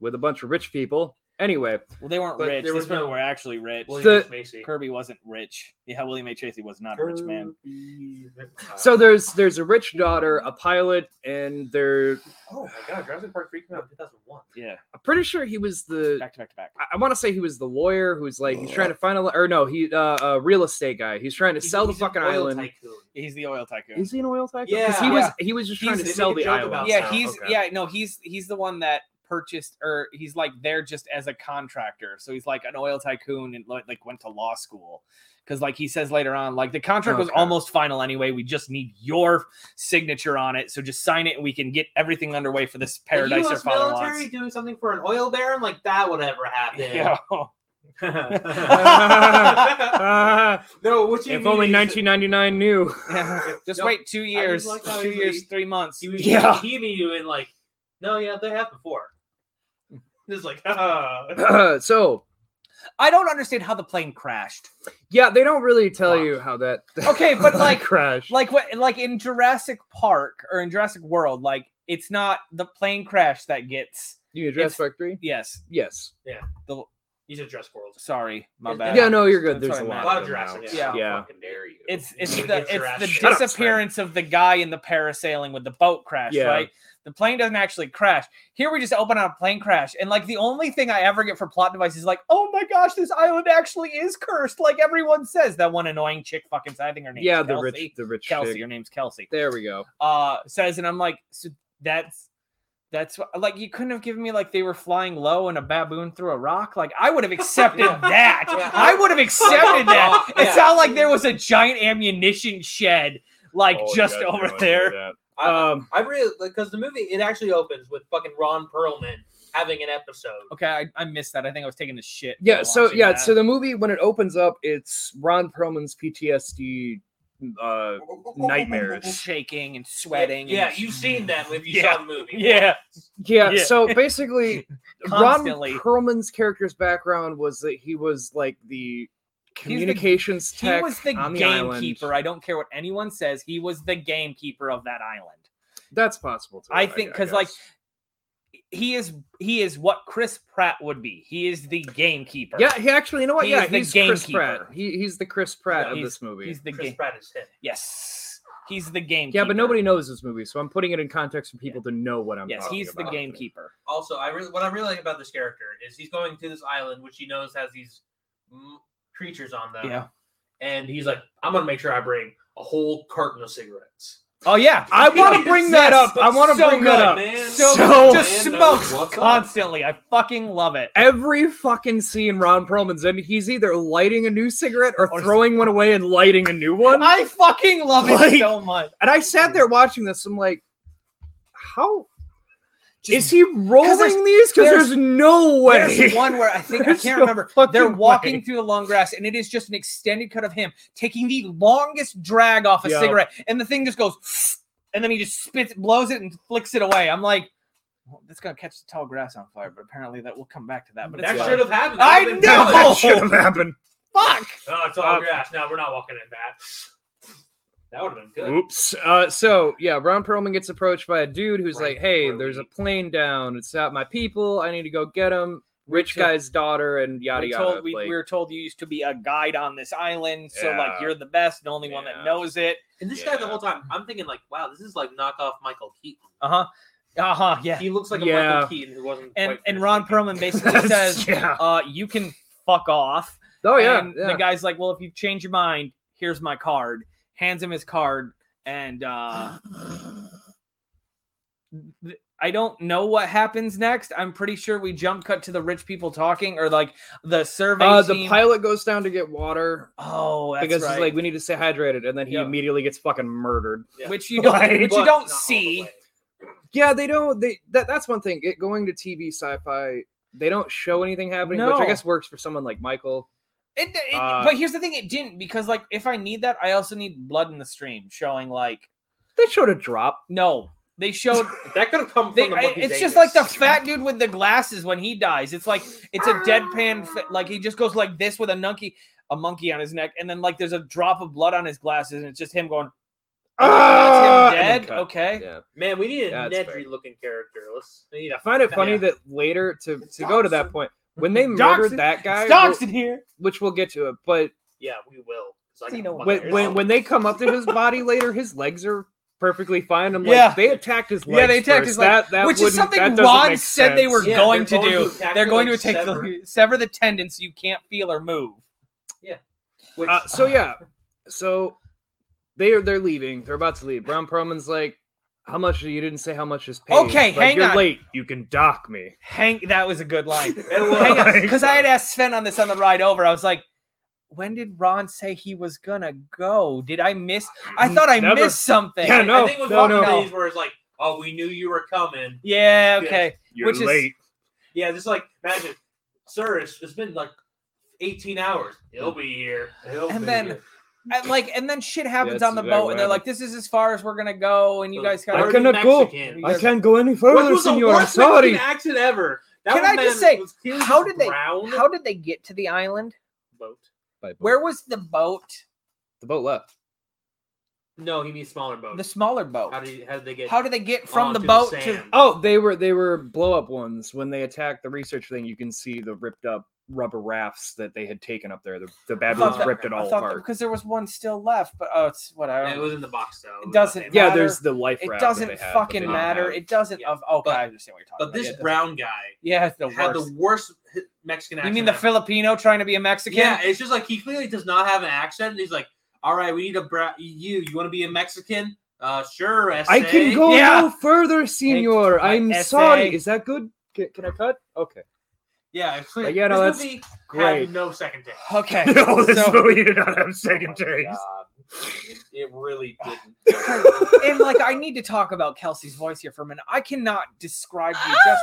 with a bunch of rich people. Anyway, Well, they weren't But rich. there These was no- people were actually rich. William Macy. Kirby wasn't rich. Yeah, William H. Tracy was not a rich man. so there's there's a rich daughter, a pilot, and they're Oh my god, Jurassic Park 3 came out in 2001. Yeah. I'm pretty sure he was the Back to back to back. I, want to say he was the lawyer who's like he's trying to find a or no he uh, a real estate guy. He's trying to sell the He's an fucking oil island. tycoon. He's the oil tycoon. Is he an oil tycoon? 'Cause Yeah. he was he was just He's- trying they to make sell a the joke island. about yeah now. he's Okay. yeah no he's he's the one that purchased or he's like there just as a contractor so he's like an oil tycoon and like, like went to law school because like he says later on like the contract was Okay. almost final anyway we just need your signature on it so just sign it and we can get everything underway for this paradise the our US father military wants doing something for an oil baron like that would ever happen. yeah Ah, no, what you if mean only is- 1999 knew. just No, wait two years like how two he- years three months He was yeah he be doing like, no, yeah, they have before. It's like, ah. so i don't understand how the plane crashed yeah, they don't really tell you how that. Oh, Okay, but, like- crash. like what like in Jurassic Park or in Jurassic World, like it's not the plane crash that gets you address it's- Park Three? yes. Yes. He's a dress world. Sorry, my Yeah, bad. yeah, no, you're good. That's There's a what I lot, meant. A lot of them now. Jurassic. Yeah. Yeah. Fucking dare you. It's it's You the get your it's ass the shut up, Sven. disappearance of the guy in the parasailing with the boat crash, Yeah. right? The plane doesn't actually crash. Here we just open on a plane crash, and like the only thing I ever get for plot device is like, oh my gosh, this island actually is cursed, like everyone says. That one annoying chick fucking I think her name Yeah, is the Kelsey. rich, the rich. Kelsey, chick. her name's Kelsey. There we go. uh says and i'm like so that's that's what, like you couldn't have given me like they were flying low and a baboon threw a rock like i would have accepted Yeah. that Yeah. i would have accepted that Yeah. it's not like there was a giant ammunition shed like Oh, you just guys over know I there did I- that. Um, I really because the movie it actually opens with fucking Ron Perlman having an episode. okay I, I missed that i think i was taking a shit Yeah, while so watching yeah, that. so the movie when it opens up, it's Ron Perlman's PTSD. Uh, nightmares. shaking and sweating Yeah, and you've seen them if you Yeah. saw the movie. yeah yeah, Yeah. so basically, Ron Constantly. Perlman's character's background was that he was like the communications he tech was the on the gamekeeper island. i don't care what anyone says he was the gamekeeper of that island That's possible. Too, I think- 'cause, like, guess. he is he is what Chris Pratt would be. He is the gamekeeper. yeah, he actually, you know what? He yeah, is the he's Chris Pratt. gamekeeper. He, he's the Chris Pratt Yeah, of he's- this movie. he's the Chris game. Pratt is him. Yes, he's the gamekeeper. yeah, but nobody knows this movie, so I'm putting it in context for people to know what I'm. Yes, talking he's the about. gamekeeper. Also, I really what I really like about this character is he's going to this island which he knows has these mm, creatures on them. Yeah. And he's like, I'm gonna make sure I bring a whole carton of cigarettes. Oh yeah, I want to bring that up. Yes, I want to so bring that good, up. man. So, So- uh, just Man knows smokes what's up. constantly. I fucking love it. every fucking scene Ron Perlman's in, he's either lighting a new cigarette or Or- throwing one away and lighting a new one. I fucking love it Like- so much. And I sat there watching this. I'm like, how Just- is he rolling these? Because there's- there's, no way. There's one where I think I There's can't no remember. They're fucking walking way. through the long grass, and it is just an extended cut of him taking the longest drag off a Yeah. cigarette, and the thing just goes, and then he just spits, blows it, and flicks it away. I'm like, well, that's gonna catch the tall grass on fire, but apparently that we'll come back to that. But it's That fine. should have happened. I That would've been know! Uh, good. should have happened. fuck. Oh, it's all grass. No, we're not walking in that. That would have been Mm. good. Oops. Uh, so yeah, Ron Perlman gets approached by a dude who's Right, like, "Hey, where there's we- a plane down. It's not my people. I need to go get them. Rich told- guy's daughter and yada we, yada." told, we, like, we were told you used to be a guide on this island, so like Yeah. you're the best, the only one Yeah. that knows it. And this guy the Yeah. whole time, I'm thinking like, wow, this is like knockoff Michael Keaton. Uh huh. Uh huh. Yeah. He looks like a Yeah. Michael Keaton who wasn't. And quite and finished. Ron Perlman basically says, "Yeah, uh, you can fuck off. oh yeah, And yeah. the guy's like, well, if you change your mind, here's my card. Hands him his card, and uh, th- I don't know what happens next. I'm pretty sure we jump cut to the rich people talking, or like the survey. Uh, the team- pilot goes down to get water Oh, that's because right. he's like, "We need to stay hydrated," and then he Yeah. immediately gets fucking murdered. Yeah. which you don't, Like- which But you not all don't the see. way. Yeah, they don't. They that, that's one thing. It, going to TV sci-fi, they don't show anything happening, which No. I guess works for someone like Michael. It, it, Uh, but here's the thing: it didn't because like if I need that, I also need blood in the stream showing like They showed a drop. no. They showed That could have come from They, the I- monkey's it's just like anus. the fat dude with the glasses when he dies. It's like it's a deadpan, Ah. fa- like he just goes like this with a monkey, a monkey on his neck, and then like there's a drop of blood on his glasses, and it's just him going. Ah! Oh, And then that's him dead. cut. Okay. Yeah. Man, we need a Yeah, that's fair. Nedry looking character. Let's we need a I find it funny Yeah. that later to to go to that Doxson. point when they Doxson. murdered that guy, Stocks wh- in here. which we'll get to it, but yeah, we will. 'Cause I See, got no fucking when ears. when, when they come up to his body later, his legs are perfectly fine. I'm Yeah. like, they attacked his Yeah, legs. they attacked first. his leg, That, that Which is wouldn't- that something doesn't Ron make said they were sense. Yeah, going to they're going do. to attack they're you, going like, to attack sever. the sever the tendon so you can't feel or move. Which- Uh, so yeah, so they are they're leaving. They're about to leave. Ron Perlman's like, "How much? You didn't say how much is paid." Okay, but hang you're on. late. You can dock me. Hank, that was a good line. It was. Hang on, because I had asked Sven on this on the ride over. I was like, "When did Ron say he was gonna go? Did I miss? I thought I Mm, Never. missed something. Yeah, no, I think it was no, one of no. these where it's like, oh, we knew you were coming. Yeah, okay. You're Which is- late. Yeah, just like imagine, sir, it's, it's been like 18 hours. He'll be here. He'll And be then here. And, like, and then shit happens that's on the exactly boat, what and they're like, "This is as far as we're gonna go," and you The guys I got. dirty to cannot go. Mexican. I can't go any Which further, was the senor. I'm worst sorry. Mexican accent ever. That Can one I just man say, was clearly how just did they- brown. How did they get to the island? boat? Where was the boat? the boat left? No, he needs smaller boat. The smaller boat. how did how did they get? How did they get from the onto boat to? sand? Oh, they were they were blow up ones when they attacked the research thing. You can see the ripped up rubber rafts that they had taken up there. The, the bad thought ones that- ripped it I all thought apart. because there was one still left, but oh, it's whatever. it was in the box though. It doesn't But- yeah, matter. there's the life. It raft that doesn't they had, but they fucking don't matter. have- It doesn't. Yeah. Of oh, okay, But- I understand what you're talking But about. this Yeah, it brown guy doesn't- yeah, it's the had worst. the worst hi- Mexican accent. you mean the ever. Filipino trying to be a Mexican? Yeah, it's just like he clearly does not have an accent. And he's like, all right, we need a bra- you. You want to be a Mexican? Uh, sure. I can SA." go Yeah. no further, senor. my I'm essay. sorry. Is that good? Can, can I cut? Okay. Yeah, it's clear. Like, yeah, no, this that's movie great. had no second take. Okay. No, Oh, this so, movie did not have second Oh my Uh, takes. God. It, it really didn't. and like, I need to talk about Kelsey's voice here for a minute. I cannot describe you just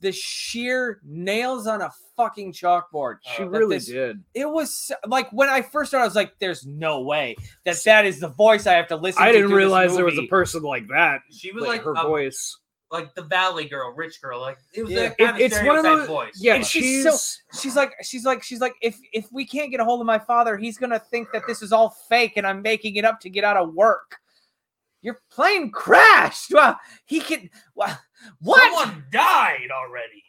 the sheer nails on a fucking chalkboard. She that really this- did. It was so- like when I first started, I was like, "There's no way that that is the voice I have to listen." I to didn't through this realize there was a movie." person like that. She was Like, like her um, voice. like the valley girl, rich girl. Like it was Yeah. that kind It- of it's one of stereotype those- voice. Yeah, And she's she's so- she's like she's like she's like if if we can't get a hold of my father he's gonna think that this is all fake and i'm making it up to get out of work your plane crashed well he can well, what Someone died already.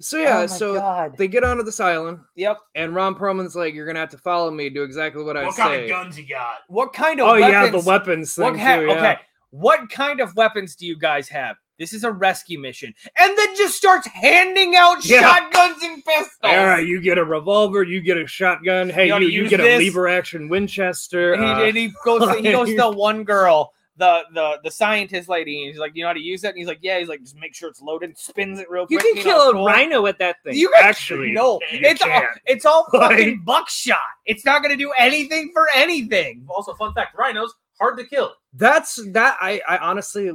so yeah. Oh my so God. they get onto this island, yep and Ron Perlman's like, "You're gonna have to follow me. Do exactly what, I what say." kind of guns you got? what kind of oh weapons, yeah, the weapons thing what ha- too. Yeah. okay what kind of weapons do you guys have this is a rescue mission and then just starts handing out Yeah. shotguns and pistols Oh. All right, you get a revolver, you get a shotgun. Hey, You you, wanna you use get this? a lever action Winchester. And he- uh, and he goes he goes to the one girl the the the scientist lady and he's like you know how to use it and he's like yeah he's like just make sure it's loaded and spins it real you quick can kill a know, it's cool. rhino with that thing. You guys- actually, no you it's all, can't. it's all fucking Like- buckshot it's not gonna do anything for anything Also, fun fact: rhinos hard to kill. that's that I, I honestly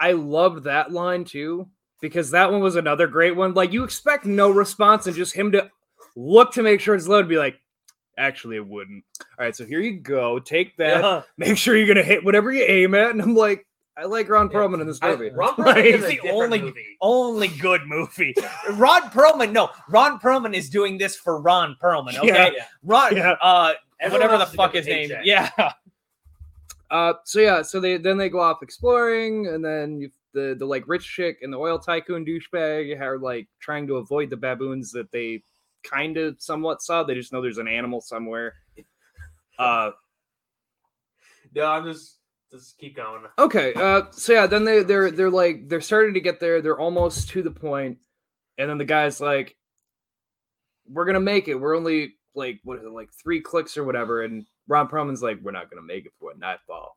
I loved that line too because that one was another great one. Like you expect no response and just him to look to make sure it's low and be like, actually it wouldn't. All right, so here you go. Take that. Uh-huh. Make sure you're gonna hit whatever you aim at. And I'm like, I like Ron Yeah. Perlman in this I, movie. Ron Perlman Like, is a the different only- movie. only good movie ron perlman no ron perlman is doing this for ron perlman okay Yeah. ron Yeah. uh Everyone whatever else the is a fuck his different name paycheck. yeah Uh, so yeah, so they then they go off exploring, and then you, the the like rich chick and the oil tycoon douchebag are like trying to avoid the baboons that they kind of somewhat saw. They just know there's an animal somewhere. Uh, No, I'm just just keep going. okay. Uh, so yeah, then they they're they're like they're starting to get there. They're almost to the point, and then the guy's like, "We're gonna make it. We're only like what is it like three clicks or whatever." And Ron Perlman's like, "We're not gonna make it before nightfall."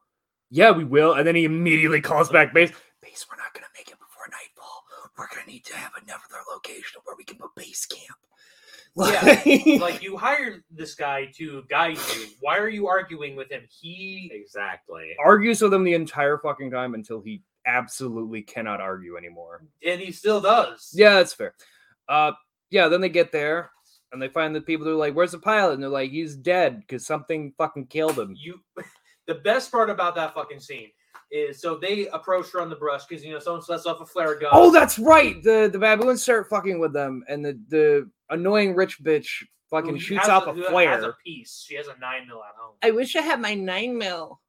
Yeah, we will. And then he immediately calls back base. Base, we're not gonna make it before nightfall. We're gonna need to have another location where we can put base camp. Yeah, Like- like you hired this guy to guide you. Why are you arguing with him? He Exactly. argues with him the entire fucking time until he absolutely cannot argue anymore. and he still does. Yeah, that's fair. Uh, yeah, then they get there and they find the people who are like, "Where's the pilot?" And they're like, "He's dead because something fucking killed him." you the best part about that fucking scene is so they approach her on the brush because you know someone lets off a flare gun. Oh, that's right. The the baboons start fucking with them, and the the annoying rich bitch who fucking shoots has off a who has flare. a piece. She has a nine mil at home. I wish I had my nine mil.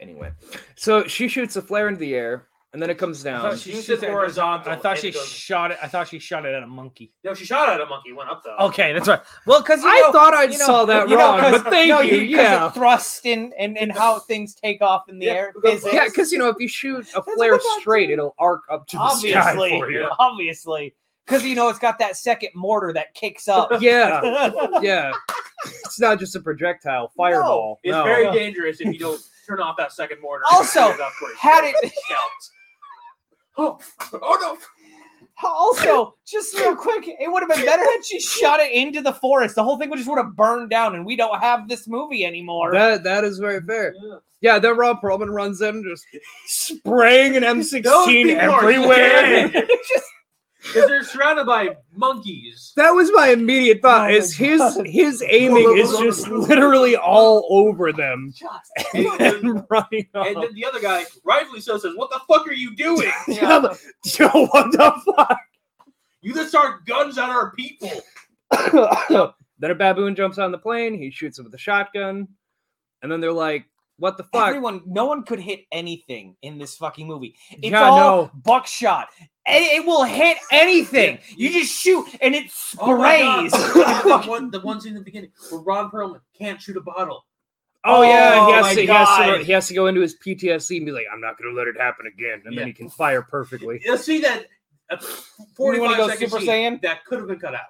Anyway, so she shoots a flare into the air, and then it comes down. she shoots it horizontal. I thought and she it goes- shot it. I thought she shot it at a monkey. No, she shot at a monkey. Went up Oh, though. Okay, that's right. Well, because I thought I you know- saw that you know, wrong, 'cause- but thank no, you. you- 'cause Yeah, of thrust and, and and how things take off in the Yeah, air. because- Physics. yeah, because you know if you shoot a what flare I thought, straight, too. it'll arc up to the sky. obviously, for you. obviously, because you know it's got that second mortar that kicks up. Yeah, yeah. It's not just a projectile fireball. It's No. very dangerous if you don't turn off that second mortar. Also, had it- Oh, oh no! Also, just real quick, it would have been better had she shot it into the forest. The whole thing would just would have burned down, and we don't have this movie anymore. That that is very fair. Yeah, then Rob Perlman runs in, just spraying an Those M16 people are everywhere. dead. Because they're surrounded by monkeys. That was my immediate thought. Oh is my his God. his aiming is just literally all over them Just- and running And off. then the other guy, rightfully so, says, "What the fuck are you doing? Yeah, but- Yo, what the fuck? You just start guns at our people." then a baboon jumps on the plane. He shoots it with a shotgun, and then they're like, "What the fuck?" Everyone, no one could hit anything in this fucking movie. It's Yeah, all no. buckshot. It, it will hit anything. You just shoot, and it Oh my God. sprays. the, one, the one scene in the beginning where Ron Perlman can't shoot a bottle. Oh, yeah, Oh, he has, my to, he, has God. to, he has to go into his PTSD and be like, "I'm not going to let it happen again," and Yeah. then he can fire perfectly. You'll see that uh, forty-five go second Super scene Saiyan? that could have been cut out.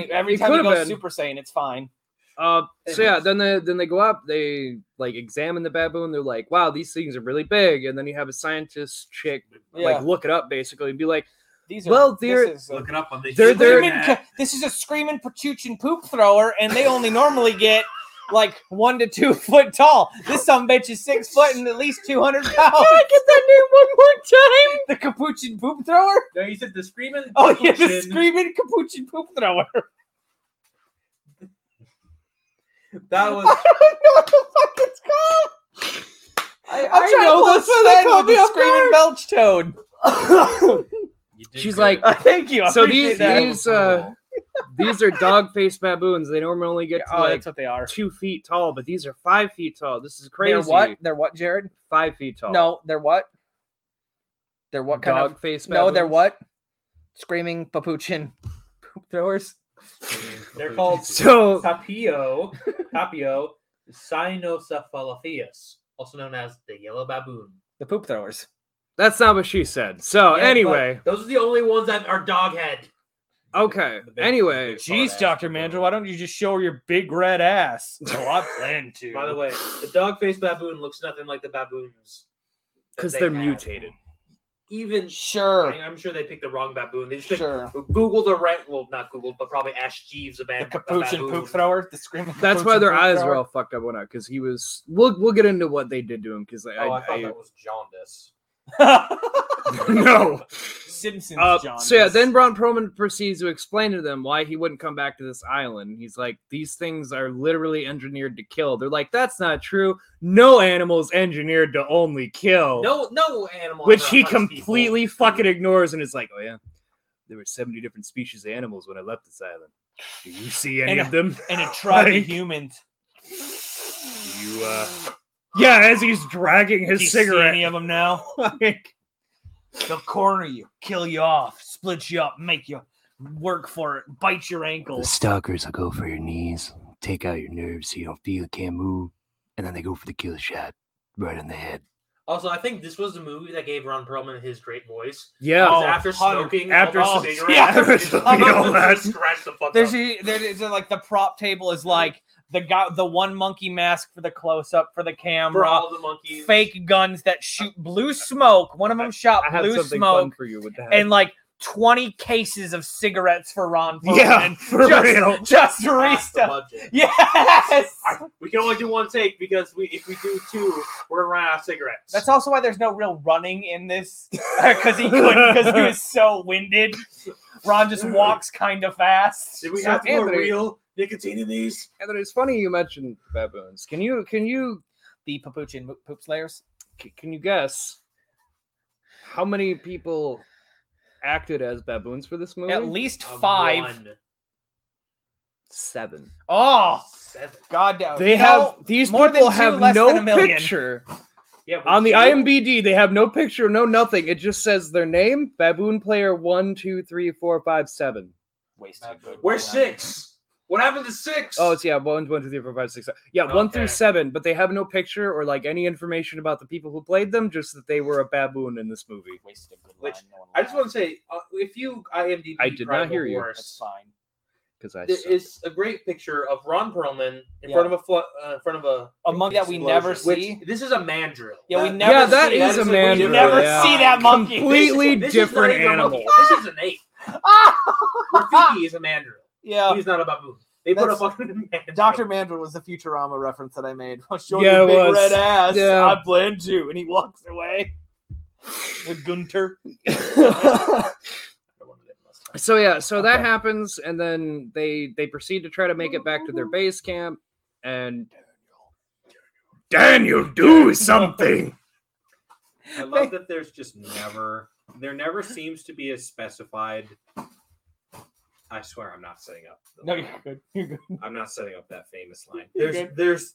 he- Completely. every It time he could've goes been. Super Saiyan, it's fine. Uh, so yeah, then they then they go up. They like examine the baboon. They're like, "Wow, these things are really big." And then you have a scientist chick Yeah, like look it up basically and be like, these are. well, this they're- is a Look it up on the. They're- they're- screaming ca- this is a screaming pachuchin poop thrower, and they only normally get like one to two foot tall. This some bitch is six foot and at least two hundred pounds. I get that name one more time? The capuchin poop thrower. No, he said the screaming. Oh yeah, the Chin. screaming capuchin poop thrower. That was know what the fuck it's called. I, am I trying know to this, but they pull caught Sven with me the off screaming belch toad. "She's like, Thank you. I so appreciate these that. these uh, these are dog faced baboons. They normally get to oh, like that's what they are. two feet tall, but these are five feet tall. This is crazy. They're what? They're what, Jared? Five feet tall. No, they're what? They're what kind dog of? face? No, they're baboons? what? Screaming papuchin poop throwers. they're called So tapio, tapio, cynocephalotheus, also known as the yellow baboon. The poop throwers. that's not what she said. So Yeah, anyway, but those are the only ones that are dog head. okay. the big- Anyway, the big- Jeez, Dr. Mandrill, why don't you just show her your big red ass? Oh, No, I plan to. By the way, the dog faced baboon looks nothing like the baboons. that because they they're have. mutated. Even Sure, I- I'm sure they picked the wrong baboon. They just picked, sure. Google the right, well, not Google, but probably Ash Jeeves about The capuchin poop thrower. The screaming. That's why capuchin their poop eyes thrower. were all fucked up, went out because he was. We'll we'll get into what they did to him because I, Oh, I, thought I- that was jaundice. no. Simpsons. Uh, John. so yeah, then Ron Perlman proceeds to explain to them why he wouldn't come back to this island. He's like, "These things are literally engineered to kill." They're like, "That's not true. No animal's engineered to only kill." No, no animal. which ever he hunts people. completely fucking ignores and is like, "Oh yeah, there were seventy different species of animals when I left this island. Do you see any And of them?" and it tried the Like- humans. You uh, Yeah, as he's dragging his Do you see cigarette. any of them now? like, They'll corner you, kill you off, split you up, make you work for it, bite your The ankles. stalkers will go for your knees, take out your nerves so you don't feel, can't move, and then they go for the kill shot right in the head. also I think this was the movie that gave Ron Perlman his great voice. yeah. Because Oh, after 100 smoking, after after all s- cigarettes, yeah, it's just after like, all that. scratch the fuck There's, up. a, there- there's a- like the prop table is like the guy, the one monkey mask for the close up for the for camera, all the monkeys. fake guns that shoot blue smoke. One of them shot I have blue something fun smoke, for you with that. and like 20 cases of cigarettes for Ron. Perlman. yeah, for just, real. Just Half the Rista. budget. Yes. I- We can only do one take because we if we do two, we're gonna run out of cigarettes. That's also why there's no real running in this because he couldn't because he was so winded. Ron just walks kind of fast. Did we So have to put Anthony- real nicotine in these? Heather, it's funny you mentioned baboons. Can you can you The Papuchin mo- poop slayers. c- can you guess how many people acted as baboons for this movie? At least five. One. seven. Oh, Seven. god damn. They No, have these more than people two, have less than a no million. picture Yeah, but on the two- IMBD. They have no picture, no nothing. It just says their name, baboon player one, two, three, four, five, seven. wasted. good We're one. six. What happened to six? Oh, it's yeah, one, one, two, three, four, five, six, seven. Yeah, one through Okay. seven, but they have no picture or like any information about the people who played them, just that they were a baboon in this movie. Wasted a good Which- line, no one I just want laughed. to say, uh, if you IMDb, I did Cry not hear you. Wolf That's Horse, fine. Because I There suck. is a great picture of Ron Perlman in Yeah. front of a flo- uh, in front of a A monkey that we never explosion, see. which- this is a mandrill. Yeah, we That- never yeah, that see is that. a We man. You never never yeah. see that monkey. Completely This is not different even a animal. monkey. This is an ape. Ah! Rafiki is a mandrill. yeah. He's not a baboon. They put a Oh. That's- fucking mandrill. Dr. Mandrill was the Futurama reference that I made. I'll show Yeah, you it big was. red ass. Yeah. I plan to. And he walks away. The Gunter. so yeah, so that Okay. happens, and then they they proceed to try to make it back to their base camp, and Daniel, do something. I love that there's just never there never seems to be a specified. I swear I'm not setting up. the No, line. you're good. You're good. I'm not setting up that famous line. You're There's there's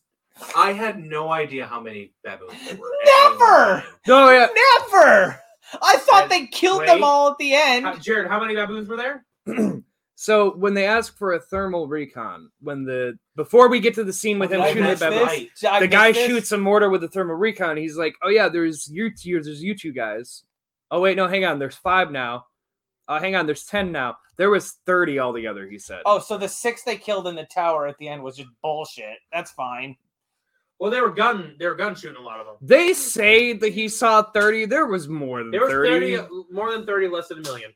I had no idea how many baboons there were. Never! oh yeah, Never! I thought they killed them Wait. all at the end. How- Jared, how many baboons were there? So when they ask for a thermal recon, when the before we get to the scene with him Did I shooting miss at that Beverly, this? light. Did I the miss guy this? shoots a mortar with a thermal recon. He's like, "Oh yeah, there's you two. There's you two guys. Oh wait, no, hang on. There's five now. Uh, hang on, there's ten now. There was thirty altogether." He said. Oh, so the six they killed in the tower at the end was just bullshit. That's fine. Well, they were gun they were gun shooting a lot of them. They say that he saw thirty. There was more than There was 30. thirty more than thirty, less than a million.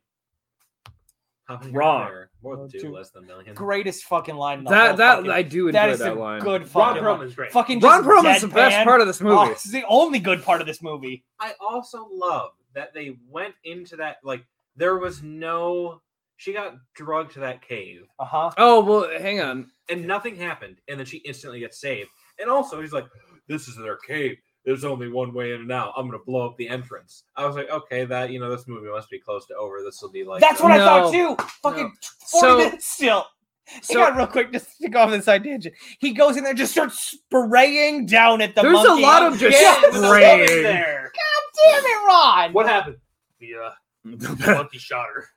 How many were Wrong. there? More than two, Two. less than a million. Greatest fucking line. In the whole That that fucking- I do enjoy that that, is a line. good Ron fucking. line. Perlman's great. Fucking Ron just Perlman's the best deadpan. part of this movie. Oh, this is the only good part of this movie. I also love that they went into that like there was no she got drugged to that cave Uh huh. oh well, hang on. and nothing happened and then she instantly gets saved. And also he's like, This is their cave. There's only one way in and out. I'm gonna blow up the entrance. I was like, okay, that you know, this movie must be close to over. This will be like That's what I thought No. too. Fucking No. 40 So- minutes still. So, So- Hang on, real quick, just to go off this side tangent. He goes in there, just starts spraying down at the. There's a monkey. lot of just Yes! spraying. God damn it, Ron! what happened? The uh monkey shot her.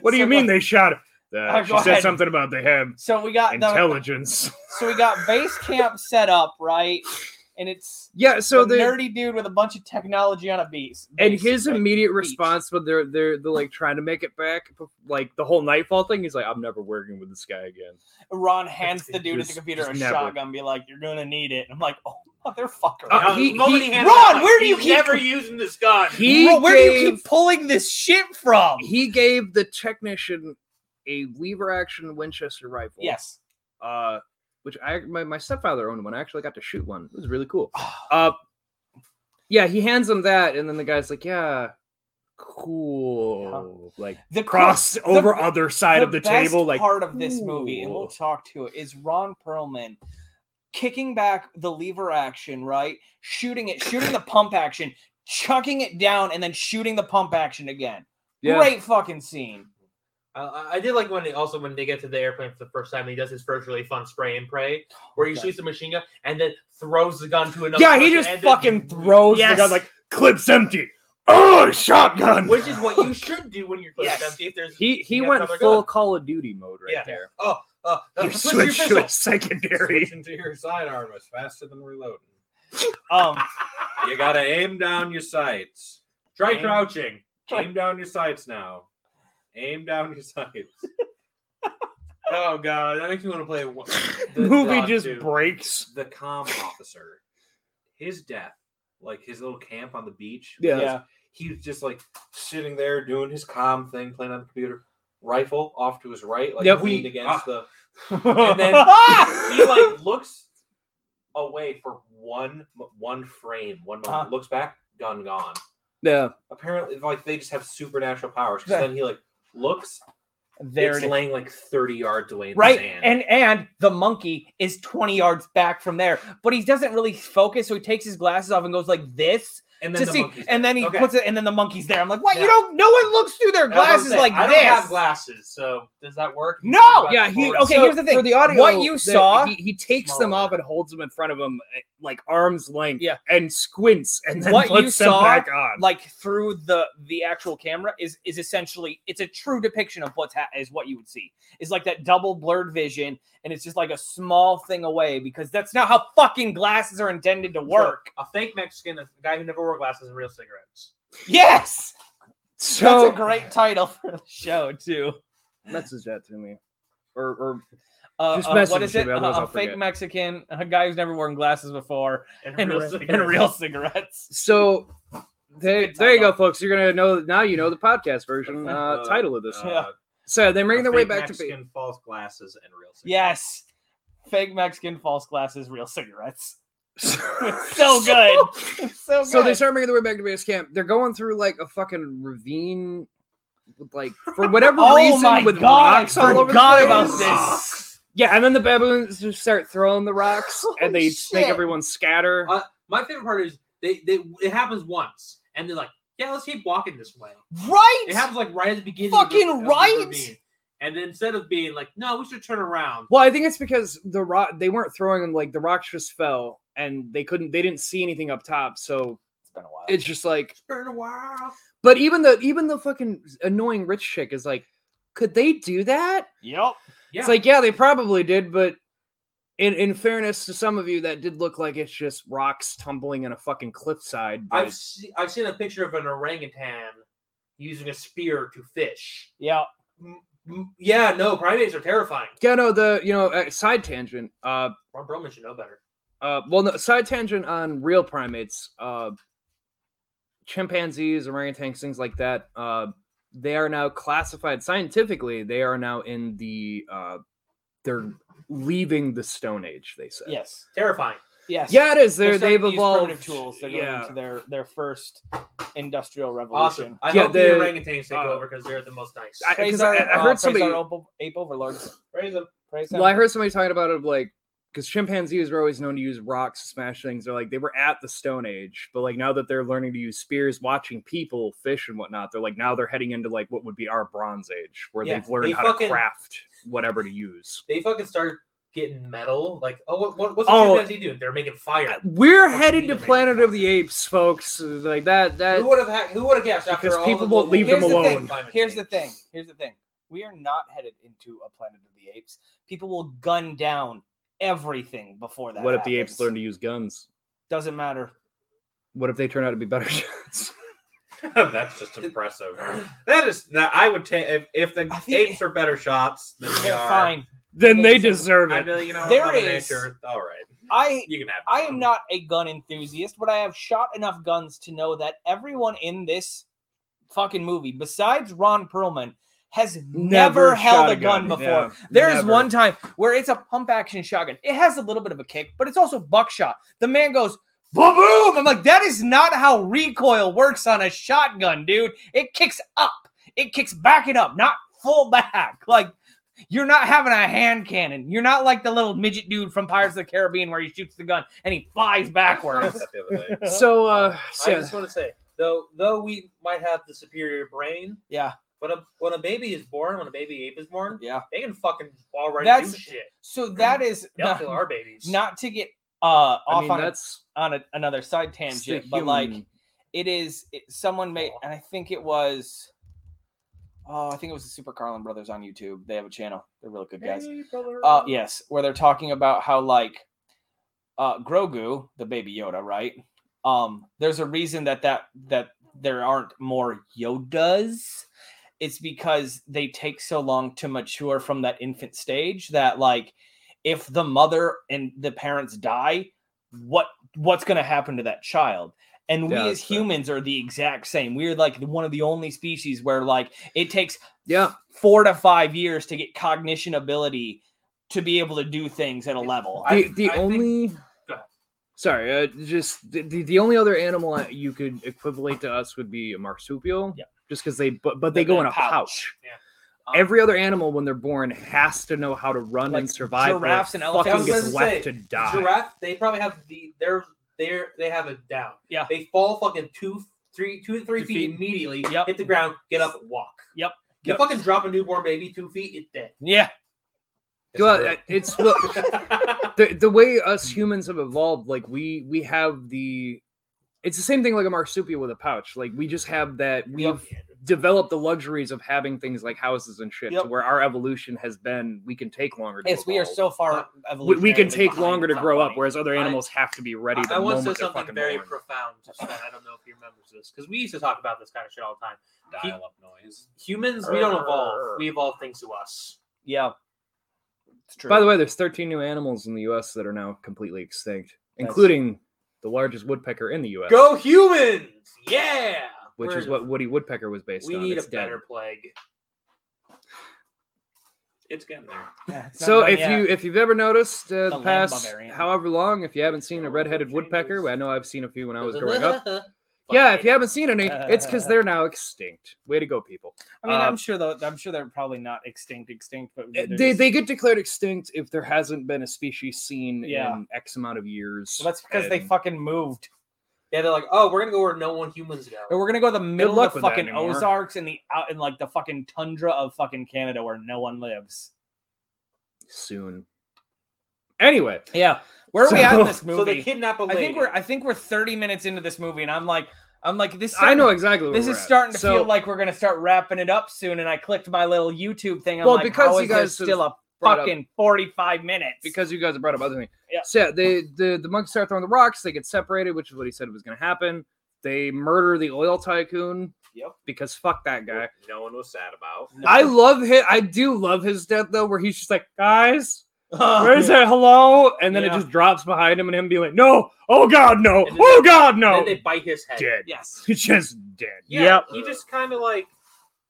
What do you So, mean they shot him? Oh, she go said ahead. something about they have So we got the, intelligence. so we got base camp set up right, and it's Yeah, so the the nerdy dude with a bunch of technology on a beast. and base, his right? immediate Beach. response when they're they're they're like trying to make it back, like the whole nightfall thing. He's like, "I'm never working with this guy again." Ron hands the dude at Just- the computer just a never. shotgun, be like, "You're gonna need it." And I'm like, "Oh motherfucker, Uh, Now, he- the moment he- handed it, Ron, I'm where do you "He's keep- never using this gun? He Bro, where do you gave, keep pulling this shit from?" he gave the technician a lever action Winchester rifle. Yes. uh, which I my, my stepfather owned one. I actually got to shoot one. It was really cool. Uh, yeah, he hands him that, and then the guy's like, "Yeah, cool." Like The cross cool- over the- other side of the best table, like part of this movie, and "Ooh." we'll talk to it, is Ron Perlman kicking back the lever action, right? Shooting it, shooting the pump action, chucking it down, and then shooting the pump action again. yeah. Great fucking scene. Uh, I, I did like when they also when they get to the airplane for the first time, he does his first really fun spray and pray, Oh where he shoots a machine gun and then throws the gun to another. yeah, he person just and then- fucking throws the Yes. gun like Clip's empty. Oh, shotgun. which is what you should do when you're close Yes. empty. If there's He he Yeah, went another full gun. Call of Duty mode right Yeah. there. oh, uh, uh, You switch your switch to pistol. a secondary. Switching to your sidearm is faster than reloading. um You gotta aim down your sights. Try Aim- crouching. Aim down your sights now. Aim down your sights. Oh god, that makes me want to play. one- The- Movie uh, just dude, breaks. the comm officer. His death, like his little camp on the beach. Yeah. yeah. he was just like sitting there doing his calm thing, playing on the computer. Rifle off to his right, like Yep. leaned against ah. the, and and then he like looks away for one one frame, one moment, Uh-huh. looks back, gun gone. yeah. Apparently, like they just have supernatural powers. Because then he like looks, There it's it is. laying like thirty yards away in Right. the sand. And and the monkey is 20 yards back from there, but he doesn't really focus, so he takes his glasses off and goes like this And to see, monkey's and there. then he Okay. puts it, and then the monkey's there. I'm like, what? You Yeah. don't? No one looks through their I was gonna glasses say, like I this. don't have glasses, so does that work? No! Yeah, he- Forward. Okay, here's the thing. For the audio, What you the- saw- he, he takes them Smaller. off and holds them in front of him, eh, like arms length, Yeah. and squints, and then What you puts them saw, back on. like through the the actual camera is is essentially it's a true depiction of what's ha- is what you would see is like that double blurred vision and it's just like a small thing away because that's not how fucking glasses are intended to work A fake Mexican, a guy who never wore glasses and real cigarettes. yes so that's a great title for the show too message that to me, or or uh, Just uh, message what is it, it A- otherwise a, I'll fake forget. mexican a guy who's never worn glasses before and, real, and Uh, real cigarettes so. There, good there you go, title. folks. You're gonna know now. You know the podcast version uh, Uh, title of this. uh, one. so they a bring their way fake back to Mexican false glasses and real. cigarettes. yes fake mexican false glasses real cigarettes base. so good it's so good So they start making their way back to base camp. They're going through like a fucking ravine, with, like for whatever Oh reason, my with God, I rocks all over the forgot place. about this. Yeah, and then the baboons just start throwing the rocks, and they make everyone scatter. Uh, My favorite part is they, they it happens once, and they're like, "Yeah, let's keep walking this way." right It happens like right at the beginning. Fucking of the, right! Of the ravine. and then instead of being like, "No, we should turn around," well, I think it's because the rock they weren't throwing them like the rocks just fell, and they couldn't they didn't see anything up top, so it's been a while it's just like. turn a while. But even the even the fucking annoying rich chick is like, could they do that? yep Yeah. It's like, yeah, they probably did, but in in fairness to some of you, that did look like it's just rocks tumbling in a fucking cliffside. but- I've se- I've seen a picture of an orangutan using a spear to fish. yeah M- Yeah, no, primates are terrifying. yeah, no, the you know uh, side tangent. Uh, Ron Perlman should know better. uh, well, no, side tangent on real primates. Uh, chimpanzees, orangutans, things like that. Uh, they are now classified scientifically. They are now in the uh, they're leaving the Stone Age. They say. yes Terrifying. yes Yeah, it is. They're, They're starting they've to use evolved. primitive tools. They're going yeah. into their their first industrial revolution. Awesome. I Yeah, hope the- the orangutans take uh, over because they're the most nice. I- Praise 'cause our, I- I uh, heard praise somebody- our opo- ape overlords. Praise them. Praise Well, I heard somebody talking about it, like, because chimpanzees were always known to use rocks to smash things. They're like, they were at the Stone Age, but like now that they're learning to use spears, watching people, fish, and whatnot, they're like, now they're heading into like what would be our Bronze Age, where Yeah, they've learned they how fucking- to craft whatever to use. They fucking start getting metal. Like, oh, what, what, what's the Oh. chimpanzee doing? They're making fire. We're Fucking headed to amazing. Planet of the Apes, folks. Like that, that. Who would have? Who would have guessed? After Because all people the won't leave Here's them the alone. thing. Here's the thing. Here's the thing. We are not headed into a Planet of the Apes. People will gun down everything before that. What if the apes happens. learn to use guns? Doesn't matter. What if they turn out to be better shots? That's just impressive. That is that I would take if, if the I think- apes are better shots than we They're are. fine. then they they deserve I it. know, you know, There Mother is- Nature, all right. I You can have. I Um, it. am not a gun enthusiast, but I have shot enough guns to know that everyone in this fucking movie, besides Ron Perlman, has never, held shot a gun, before. Yeah, There is never. one time where it's a pump action shotgun. It has a little bit of a kick, but it's also buckshot. The man goes, boom, boom. I'm like, that is not how recoil works on a shotgun, dude. It kicks up, it kicks back and up, not full back. Like, you're not having a hand cannon. You're not like the little midget dude from Pirates of the Caribbean where he shoots the gun and he flies I backwards. said the other day. So, uh, so I just want to say, though, though we might have the superior brain, yeah. When a when a baby is born, when a baby ape is born, Yeah. they can fucking already That's- do shit. So that is They'll not, kill our babies. not to get uh off I mean, on, a, that's on a, another side it's tangent, the but like human- it is it, someone made and i think it was oh i think it was the super carlin brothers on youtube they have a channel they're really good guys uh yes where they're talking about how like uh grogu the baby yoda right um there's a reason that that that there aren't more yodas it's because they take so long to mature from that infant stage that like if the mother and the parents die what what's going to happen to that child and we Yeah, as that's fair. humans are the exact same we're like the- one of the only species where like it takes yeah, four to five years to get cognition ability to be able to do things at a level I- the, the I think- only Go ahead. sorry uh, just the, the, the only other animal that you could equivalent to us would be a marsupial Yeah. just because they but, but they They're go in in a a pouch. pouch, Yeah. every other animal when they're born has to know how to run Like and survive or giraffes and fucking elephants. I was gets gonna left say, to die Giraffe, they probably have the they're they're they have it down. Yeah. They fall fucking two three two to three Two feet, feet. immediately, Yep. hit the ground, get up, walk. Yep. You Yep. fucking drop a newborn baby two feet, it's dead. yeah well, uh, it's well, the, the way us humans have evolved like we we have the it's the same thing like a marsupial with a pouch like we just have that we've developed the luxuries of having things like houses and shit Yep. to where our evolution has been we can take longer to yes we are evolve. so Uh, far we, we can evolutionarily take behind longer to grow up somebody. whereas other I- animals have to be ready the I, I once moment said they're something fucking very born. profound to Sven. I don't know if he remembers this because we used to talk about this kind of shit all the time. dial up noise. Humans, we don't evolve; we evolve things to us. yeah it's true by the way there's 13 new animals in the us that are now completely extinct including the largest woodpecker in the us Go humans! Yeah, which We're- is what woody woodpecker was based we on need It's a dead. better plague. It's getting there. It's not So done if yet. you if you've ever noticed uh, the The land past barbarian. however long, if you haven't seen a redheaded Changes. woodpecker, well, I know I've seen a few when I was growing up. Yeah, if Fucking you haven't seen any, it's because uh, they're now extinct. Way to go, people! I mean, Uh, I'm sure though. I'm sure they're probably not extinct, extinct, but they're They, just- they get declared extinct if there hasn't been a species seen Yeah. in X amount of years. Well, that's because they and- fucking moved. Yeah, they're like, oh, we're gonna go where no one humans go. And we're gonna go to the middle luck of the with that fucking anymore. Ozarks and the out in like the fucking tundra of fucking Canada where no one lives. soon. Anyway, Yeah, where are we at in this movie? So they kidnap a I lady. think we're I think we're 30 minutes into this movie, and I'm like, I'm like this. I know starting- exactly. Where This we're is at. starting to So- feel like we're gonna start wrapping it up soon, and I clicked my little YouTube thing. I'm Well, like, because how you is there guys have still a brought up- fucking 45 minutes? because you guys brought up other things. Yeah. So yeah, they the the monkeys start throwing the rocks. They get separated, which is what he said was going to happen. They murder the oil tycoon. Yep. Because fuck that guy. No one was sad about. I love his. I do love his death though, where he's just like, guys, I, where's that hello? And then Yeah. it just drops behind him, and him being like, no, oh god, no, And then oh they- god, And no, then they bite his head. dead. yes. He's just dead. Yeah, yep. he just kind of like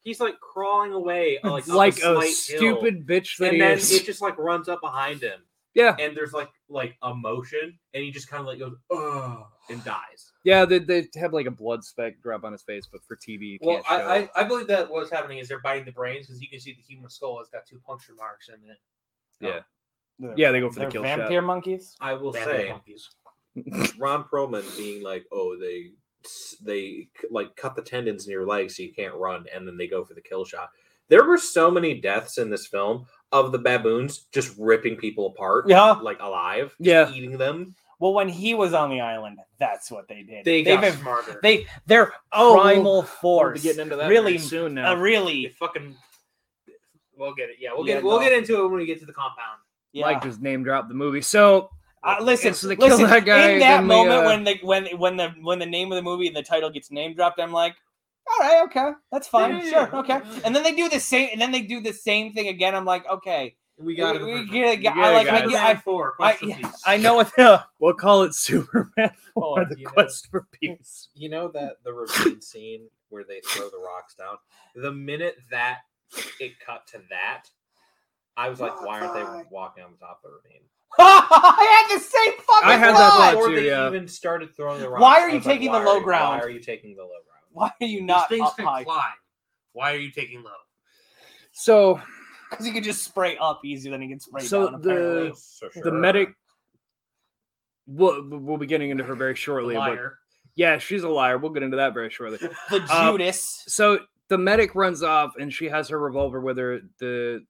he's like crawling away, uh, like up Like a, a, slight hill, stupid bitch that And he then is. it just like runs up behind him, yeah, and there's like like emotion, and he just kind of like goes oh and dies. yeah. They, they have like a blood speck drop on his face, but for TV, you Well, can't show I, it. I, I believe that what's happening is they're biting the brains because you can see the human skull has got two puncture marks in it. yeah, they go for the They're kill vampire monkeys. I will Bad say, monkeys. Ron Perlman being like, "Oh, they they like cut the tendons in your legs so you can't run," and then they go for the kill shot. There were so many deaths in this film of the baboons just ripping people apart, Yeah. like alive, just Yeah. eating them. Well, when he was on the island, that's what they did. They have got smarter. they their Oh, we'll- primal shot. force. really really, soon uh, now. They really, fucking. We'll get it. Yeah, we'll Yeah, get we'll no. get into it when we get to the compound. yeah. Mike just name dropped the movie. So Uh, listen, so they kill listen. that guy, in that then we, moment uh, when the when when the when the name of the movie and the title gets name dropped, I'm like, all right, okay, that's fine, Yeah, sure, yeah, okay. yeah. And then they do the same, and then they do the same thing again. I'm like, okay, We got it. we, we get a guy. get it, like, I, guys. get- I, four. I- Quest for Peace. I know what the we'll call it Superman for Oh, the you know. quest for peace. You know that the ravine scene where they throw the rocks down. The minute that it cut to that, I was like, "Why aren't they walking on the top of the ravine?ravine?" I had the same fucking. I had that thought. thought Before too, they yeah. even started throwing the rocks. Why are I you was like, taking "Why the low are you- ground?" Why are you taking the low ground? Why are you not These things up can high? climb. Why are you taking low? So Because he could just spray up easier than he can spray So down. the- Apparently. So the medic we'll, we'll be getting into her very shortly but Liar. yeah she's a liar we'll get into that very shortly the Um, Judas. so the medic runs off and she has her revolver with her. The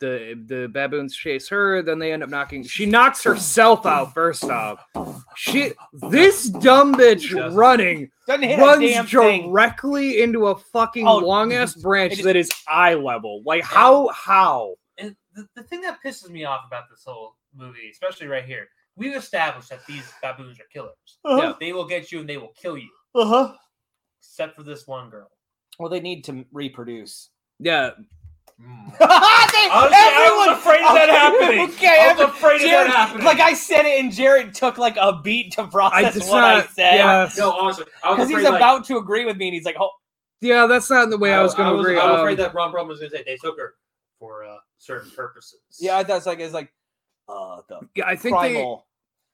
the the baboons chase her, then they end up knocking. She knocks herself out first off. She this dumb bitch doesn't. running Doesn't hit a damn runs thing. directly into a fucking Oh, long ass branch it is- that is eye level. Like how how? and the, the thing that pisses me off about this whole movie, especially right here, we've established that these baboons are killers. Uh-huh. Yeah, they will get you and they will kill you, Uh huh. Uh-huh. except for this one girl. Well, they need to reproduce. Yeah, Mm. Honestly, They- I was everyone- afraid of that happening. Okay, I was every- afraid of that Jared- happening. Like I said it, and Jared took like a beat to I process just what I not. said Yeah, No, honestly, I was because afraid, he's like- about to agree with me, and he's like, "Oh, yeah, that's not the way I, was going to agree. I was Um, afraid that Ron Perlman was going to say they took her for uh, certain purposes. yeah." I thought it's like it's like, uh, the yeah, I think they, primal.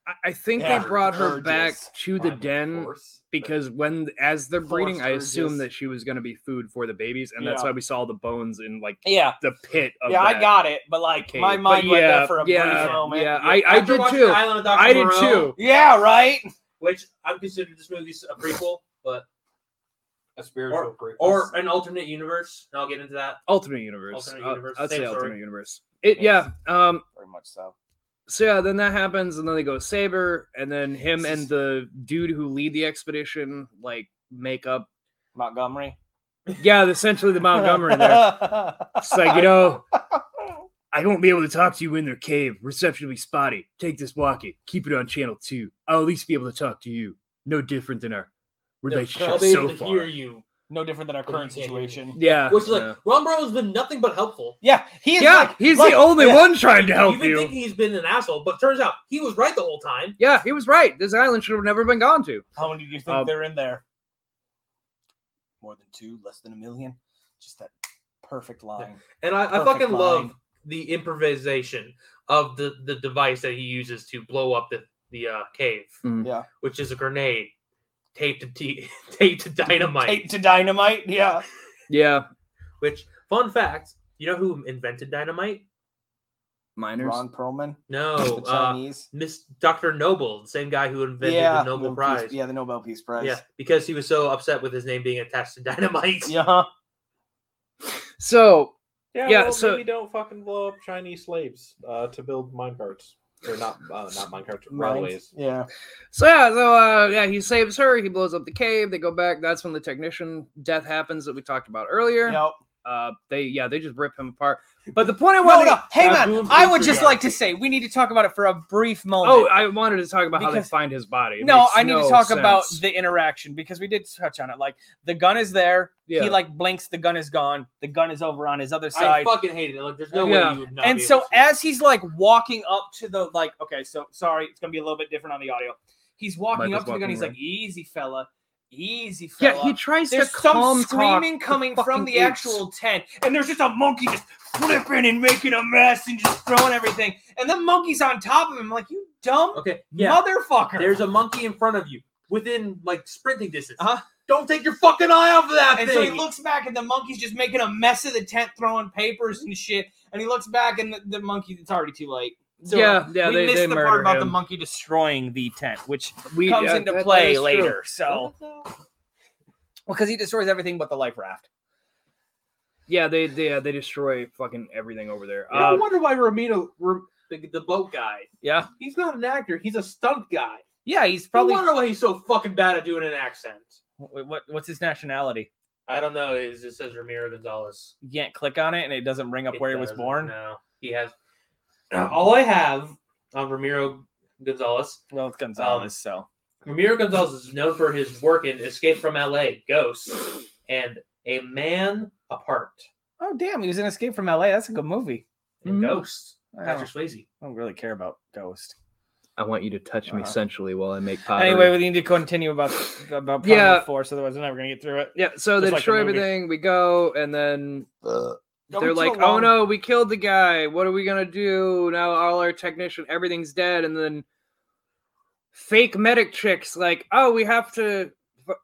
I- I think Yeah, they brought her back urges. to the den because when as they're breeding, I Forced urges. assumed that she was going to be food for the babies, and that's Yeah. why we saw the bones in like yeah, the pit. Of yeah, I that got it, but like cave. my But mind went yeah, there for a yeah, brief moment. Yeah, I, I After did watching too. The Island of Dr. I did Moreau, too. Yeah, right. Which I'm considering this movie's a prequel, but A spiritual or an alternate universe. And I'll get into that. Ultimate universe. Alternate Uh, universe, I'd say same story. ultimate universe. It yeah. Yes. Um. very much so. So yeah, then that happens, and then they go saber, and then him and the dude who lead the expedition like make up. Montgomery. Yeah, essentially the Montgomery there. It's like, you know, I won't be able to talk to you in their cave. Reception will be spotty. Take this walkie. Keep it on channel two. I'll at least be able to talk to you. No different than our I'll relationship be able so to far. hear you. no different than our current situation. Yeah. Which is like yeah. Ron Perlman's been nothing but helpful. Yeah, he is Yeah, like- he's like- the only yeah. one trying to help You've been you. thinking he's been an asshole, but turns out he was right the whole time. yeah, he was right. This island should have never been gone to. How many do you think Um, they're in there? More than two, less than a million. Just that perfect line. And I, I Perfect fucking line. love the improvisation of the the device that he uses to blow up the the uh, cave, Mm. Yeah. which is a grenade taped to t- taped to dynamite. Tape to dynamite. Yeah. Yeah. Which fun fact, you know who invented dynamite? Miners. Ron Perlman, No, Oh, the uh, Chinese. Miss Dr. Noble, the same guy who invented the Nobel Peace- Prize. Yeah, the Nobel Peace Prize. Yeah, because he was so upset with his name being attached to dynamite. Yeah. So Yeah, Yeah, well, so- maybe don't fucking blow up Chinese slaves uh, to build minecarts. Or not, uh, not minecarts, railways. Yeah. So yeah, so uh, yeah, he saves her. He blows up the cave. They go back. That's when the technician death happens that we talked about earlier. Yep. Uh, they yeah, they just rip him apart. But the point I No, wanted, no. Hang on. Baboon I would just patriarchy. like to say we need to talk about it for a brief moment. oh, I wanted to talk about how they Because- find his body. It no, makes I need to talk about sense. the interaction because we did touch on it. Like the gun is there. Yeah. He like blinks. The gun is gone. The gun is over on his other I side. fucking hated it. Like, there's no Yeah. way you would not. And be so able to- as he's like walking up to the like, okay, so sorry, it's gonna be a little bit different on the audio. He's walking Michael's up to the gun. walking He's away. like, easy fella, easy fella. yeah, he tries there's to some calm screaming talk coming the from fucking the apes. actual tent, and there's just a monkey just flipping and making a mess and just throwing everything. And the monkey's on top of him, like you dumb okay, yeah, motherfucker. there's a monkey in front of you within like sprinting distance. Uh-huh. Don't take your fucking eye off of that And so thing. he looks back, and the monkey's just making a mess of the tent, throwing papers and shit. And he looks back, and the, the monkey, it's already too late. So yeah, yeah, we they, missed they the murder part about him. the monkey destroying the tent, which We- comes yeah, that- into that play is true. later. So, because he destroys everything but the life raft. Yeah, they they yeah, they destroy fucking everything over there. I Uh, wonder why Romita, Rom- the, the boat guy, yeah, he's not an actor. He's a stunt guy. Yeah, he's Probably. probably I wonder why he's so fucking bad at doing an accent. what, what- What's his nationality? I don't know. It just says Ramiro Gonzalez. You can't click on it, and it doesn't bring up It where he was doesn't- born. No, he has. All I have on Ramiro Gonzalez. Well, it's Um, Gonzalez. so Ramiro Gonzalez is known for his work in Escape from L.A., Ghosts, and A Man Apart. oh damn, he was in Escape from L.A. That's a good movie. And Mm-hmm. Mhm. Ghosts. I don't, Patrick Swayze. I don't really care about Ghost. I want you to touch me Uh-huh. sensually while I make pottery. Anyway, we need to continue about about Yeah. yeah. Force, otherwise we're never gonna get through it. yeah, so they just like the destroy movie. everything. We go, and then Don't they're be too like, "Oh long." no, we killed the guy. What are we gonna do now? All our technician, everything's dead." And then fake medic chicks like, "Oh, we have to."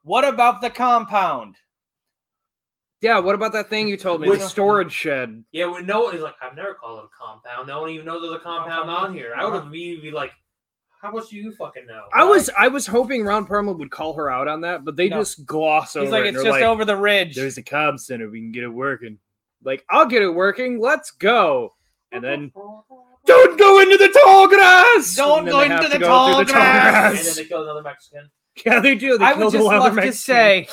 What about the compound? Yeah, what about that thing you told me? Which- the storage shed. Yeah, when Uh-huh. no one is like, I've never called it a compound. No one even knows there's a compound on here. I would have immediately be like, How much do you fucking know? I was I was hoping Ron Perlman would call her out on that, but they No. just gloss over. He's like, it and it's they're just over the ridge. There's a comm center. We can get it working. Like, I'll get it working. Let's go. And then don't go into the tall grass. Don't And then go they into have the to go tall through grass. And then they killed another Mexican. yeah, they do. They I would killed just all love the to Mexicans. say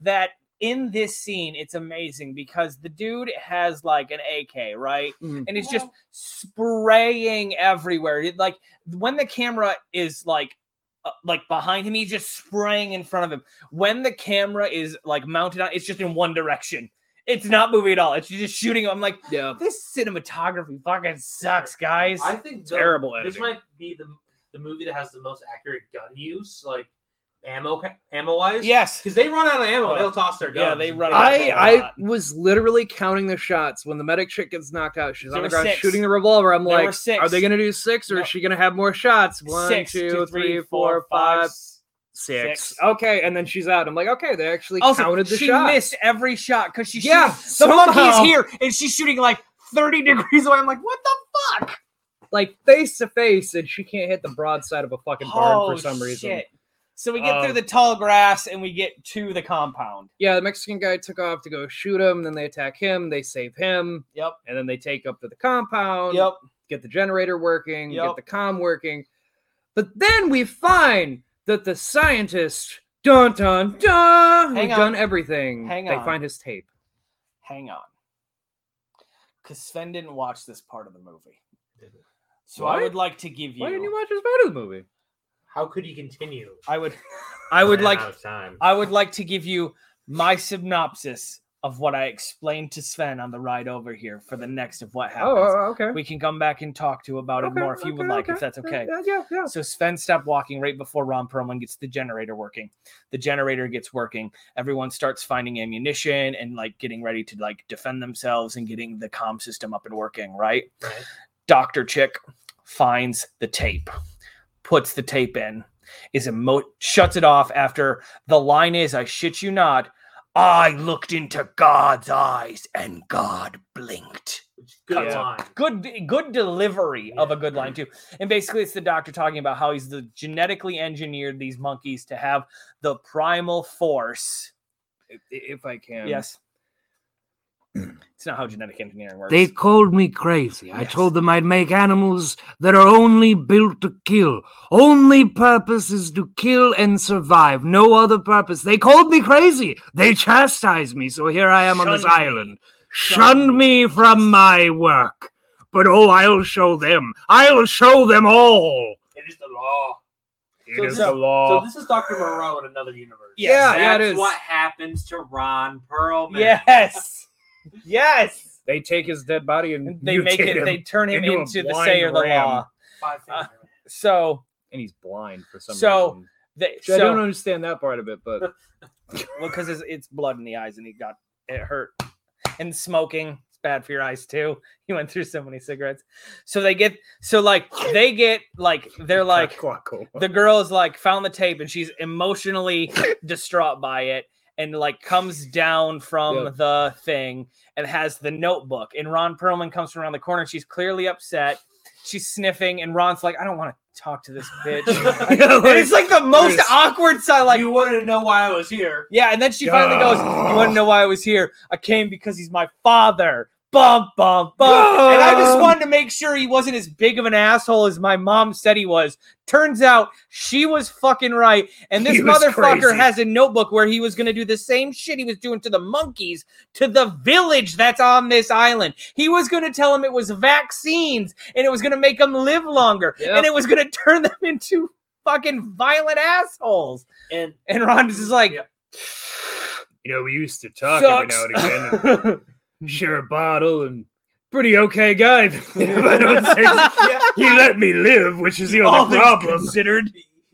that in this scene, it's amazing because the dude has like an AK, right? Mhm. And it's just spraying everywhere. It, like when the camera is like uh, like behind him, he's just spraying in front of him. When the camera is like mounted on, it's just in one direction. It's not moving at all. It's just shooting. I'm like, yeah, this cinematography fucking sucks, guys. I think the- terrible This editing. might be the the movie that has the most accurate gun use, like ammo ammo wise. yes. because they run out of ammo, Oh. they'll toss their guns. Yeah, they run out of I ammo. I was literally counting the shots when the medic chick gets knocked out. She's There on were the ground six. shooting the revolver. I'm There were like, six. are they gonna do six or No. is she gonna have more shots? One, Six, two, three, four, five, s- six. six. Okay, and then she's out. I'm like, okay, they actually Also, counted the she shots. missed every shot because she's Yeah, shooting- the monkey's somehow. here and she's shooting like 30 degrees away. I'm like, what the fuck? like face to face, and she can't hit the broadside of a fucking barn Oh, for some reason. shit. So we get Uh, through the tall grass and we get to the compound. Yeah, the Mexican guy took off to go shoot him. Then they attack him. They save him, Yep. and then they take up to the compound. Yep. Get the generator working. Yep. Get the com working. But then we find that the scientist, dun dun dun, Hang who on. done everything. Hang they on. find his tape. Hang on. Because Sven didn't watch this part of the movie. So I What? would like to give you. Why didn't you watch this part of the movie? How could he continue? I would I would Ran like out of time. I would like to give you my synopsis of what I explained to Sven on the ride over here for the next of what Oh, happens. oh, okay. We can come back and talk to about it Okay, more if you would okay, like, if that's okay. Yeah, yeah, yeah. So Sven stopped walking right before Ron Perlman gets the generator working. The generator gets working. Everyone starts finding ammunition and like getting ready to like defend themselves and getting the comm system up and working, right? Right. Dr. Chick finds the tape, puts the tape in, is emo- shuts it off after the line is, I shit you not, I looked into God's eyes and God blinked Good Yeah. line. good good delivery of a good line too and basically it's the doctor talking about how he's the genetically engineered these monkeys to have the primal force If, if I can. yes it's not how genetic engineering works They called me crazy. I Yes. told them I'd make animals that are only built to kill. Only purpose is to kill and survive. No other purpose. They called me crazy. They chastised me. So here I am on this Shunned me. island. Shunned me from my work. But oh, I'll show them. I'll show them all. It is the law. It So is this- the law. So this is Doctor Moreau in another universe. Yeah, Yeah, yeah, it that's is. what happens to Ron Oh, Perlman. yes yes they take his dead body and they make mutate it him, they turn him into a into the blind sayer of the ram. law Five Uh, finger man. so and he's blind for some So, reason. they Which I don't so understand that part of it, but because it's, it's blood in the eyes and he got it hurt and smoking it's bad for your eyes too he went through so many cigarettes so they get so like they get like they're like the girl is like found the tape and she's emotionally distraught by it and like comes down from Yeah. the thing and has the notebook and ron perlman comes from around the corner and she's clearly upset she's sniffing and ron's like i don't want to talk to this bitch And it's like the most There's- awkward side like you wanted to know why I was here. yeah and then she finally goes you want to know why i was here i came because he's my father bum bum bum and i just Bum. wanted to make sure he wasn't as big of an asshole as my mom said he was Turns out she was fucking right. And this He was motherfucker crazy. has a notebook where he was going to do the same shit he was doing to the monkeys to the village that's on this island. He was going to tell them it was vaccines and it was going to make them live longer Yep. and it was going to turn them into fucking violent assholes. And And Ron is just like, Yep. you know, we used to talk sucks. every now and again, and share a bottle, and pretty okay guy. if I don't say so. he let me live, which is the All only things problem.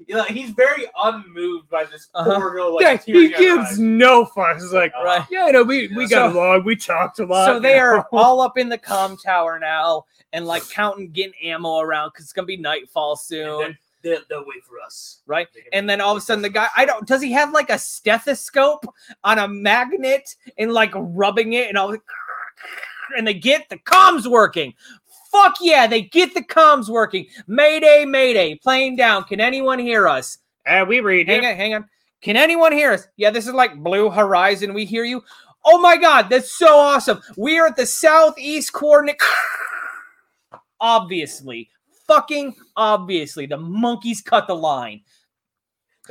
yeah, he's very unmoved by this Uh-huh. poor girl. Like, "Oh, Yeah, he tearing in her gives eyes. no fucks. He's like, Right. yeah, you know, we, we got So- along, we talked a lot. So they are now." all up in the com tower now and like counting, getting ammo around because it's going to be nightfall And soon. then they'll, they'll wait for us. Right? and then all of a sudden the guy i don't does he have like a stethoscope on a magnet and like rubbing it and all and they get the comms working Fuck yeah, they get the comms working. Mayday, mayday, plane down. Can anyone hear us? Uh, we read. Hang on, hang on. Can anyone hear us? Yeah, this is like Blue Horizon. We hear you. Oh my god, that's so awesome. We are at the southeast coordinate. obviously, fucking obviously, the monkeys cut the line.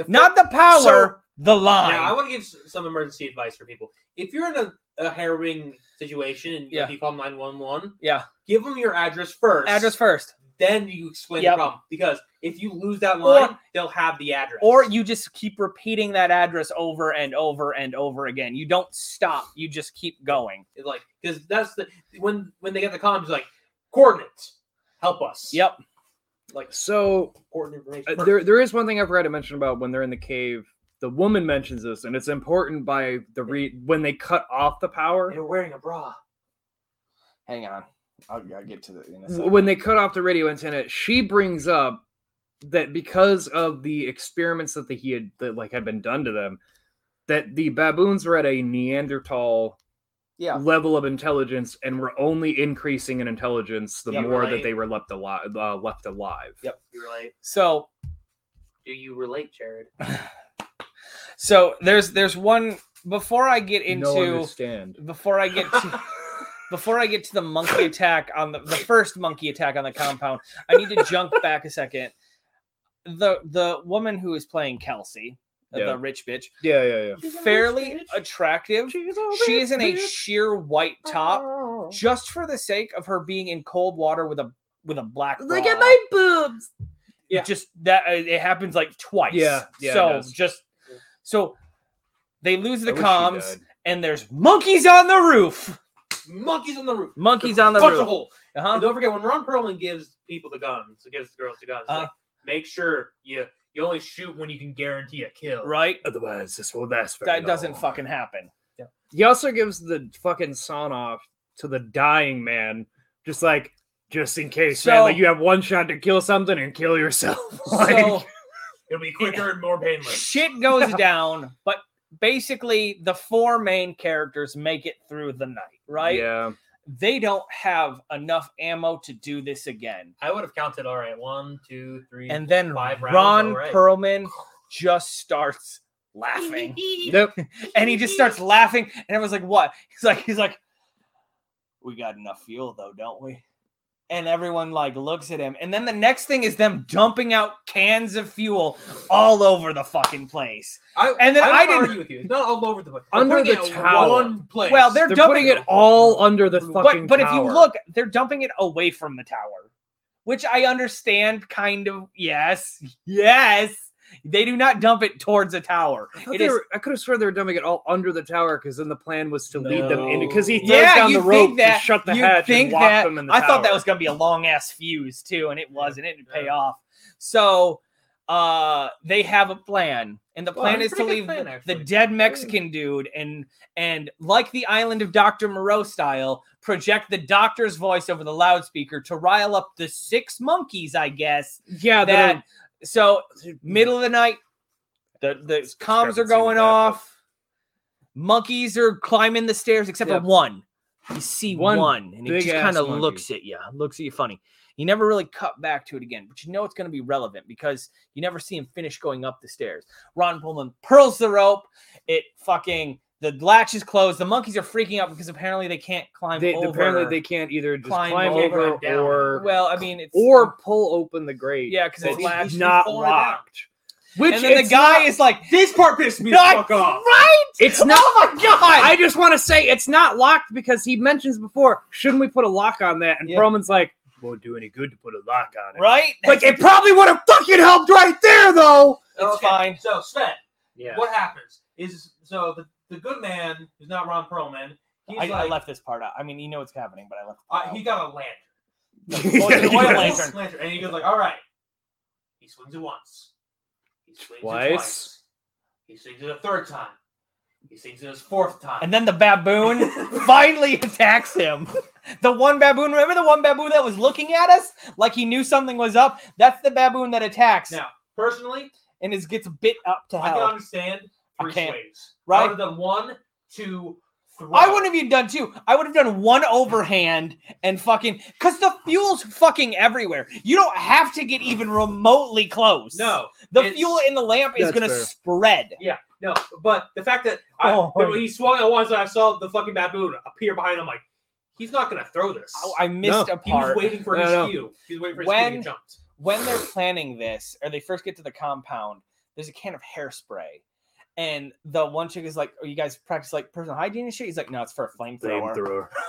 Not the power, So- the line. Now, I want to give s- some emergency advice for people. If you're in a, a harrowing situation and Yeah. you call 911, yeah, give them your address first. address first, Then you explain Yep. the problem. Because if you lose that Or- line, they'll have the address. or you just keep repeating that address over and over and over again. You don't stop. You just keep going. It's like because that's the when when they get the comms like coordinates help us. Yep. So Coordinate information. uh, first. there, there is one thing I forgot to mention about when they're in the cave. The woman mentions this, and it's important by the re- when they cut off the power. They're wearing a bra. Hang on. I'll, I'll get to the. In a second. When they cut off the radio antenna, she brings up that because of the experiments that the, he had that like had been done to them, that the baboons were at a Neanderthal Yeah. level of intelligence and were only increasing in intelligence the Yeah, more right. that they were left alive. Uh, left alive. Yep. You relate? So Do you relate, Jared? so there's there's one before I get into No understand. before I get to before I get to the monkey attack on the, the first monkey attack on the compound, I need to jump back a second. The the woman who is playing Kelsey, Yeah. the rich bitch, Yeah, yeah, yeah. fairly attractive. She is in a sheer white top just for the sake of her being in cold water with a with a black Look bra. at my boobs. It just that uh, it happens like twice. Yeah, yeah, it so does. just so they lose the I wish she comms died. and there's monkeys on the roof. Monkeys on the roof. Monkeys on the Punch a roof. hole. Uh-huh. And don't forget when Ron Perlman gives people the guns, so gives the girls the guns. it's Uh-huh. like, make sure you you only shoot when you can guarantee a kill. Right? Otherwise, this will last. very That doesn't long. fucking happen. He also gives the fucking sawn off to the dying man, just like just in case, man. So- Like you have one shot to kill something and kill yourself. like, So It'll be quicker and more painless. shit goes down, but basically the four main characters make it through the night, right? Yeah. They don't have enough ammo to do this again. I would have counted. All right, one, two, three, And then Five rounds, Ron all right. Perlman just starts laughing. Yep. and he just starts laughing and everyone's like what he's like he's like we got enough fuel though don't we and everyone like looks at him and then the next thing is them dumping out cans of fuel all over the fucking place I, And then would I didn't- argue with you. It's not all over the place. Under They're the putting it in tower. One place. well they're, They're dumping putting it all under the fucking. but, but if you tower. look they're dumping it away from the tower which i understand kind of yes yes they do not dump it towards a tower I thought it they is were- I could have sworn they were dumping it all under the tower because then the plan was to lead them in. Because he throws Yeah, down you the rope think that. to shut the you hatch think and lock that. them in the I thought that tower. was going to be a long ass fuse too, and it wasn't. It didn't pay off. So uh they have a plan and the Well, plan it's is a to pretty good leave plan, the- the actually. dead mexican dude and and like the island of dr moreau style project the doctor's voice over the loudspeaker to rile up the six monkeys i guess yeah. that that so Mm-hmm. middle of the night the the comms are discrepancy with going that, but- off monkeys are climbing the stairs except Yep. for one you see one, One and it big just ass kind of monkey. looks at you looks at you funny you never really cut back to it again but you know it's going to be relevant because you never see him finish going up the stairs ron pullman pearls the rope it fucking the latch is closed the monkeys are freaking out because apparently they can't climb they, over apparently they can't either just climb climb, over over, and down. or well i mean it's or pull open the grate. yeah because it's that's latched not falling locked. Which and then the it's guy not- is like This part pissed me the Not fuck off. right it's not. oh my god I just want to say it's not locked because he mentions before. Shouldn't we put a lock on that? And Yeah. Roman's like, won't do any good to put a lock on it. right? Like it probably would have fucking helped right there though. It's fine. So Sven, Yeah. what happens is so the, the good man is not Ron Perlman. He's I, like I left this part out. I mean, you know what's happening, but I left. uh, he got a lantern. it out. Yeah, Oil- oil yes. lantern. lantern, and he goes like, "All right." He swings it once. He swings Twice. it twice. He swings it a third time. He swings it his fourth time. And then the baboon finally attacks him. The one baboon, remember the one baboon that was looking at us like he knew something was up? That's the baboon that attacks Now, personally, and is gets bit up to I can hell. understand I three can't. ways. Right? Rather than one, two, I wouldn't have even done two. I would have done one overhand and fucking because the fuel's fucking everywhere. You don't have to get even remotely close. No, the it's- fuel in the lamp is That's gonna fair. spread. no, but the fact that I, Oh, but when he swung at once, and I saw the fucking baboon appear behind him. Like he's not gonna throw this. Oh, I missed a he was part waiting for No, his no. cue. He was waiting for his cue When- to get jumped. when they're planning this, or they first get to the compound. There's a can of hairspray, and the one chick is like, "Oh, you guys practice like personal hygiene and shit." He's like, "No, it's for a flamethrower." thrower.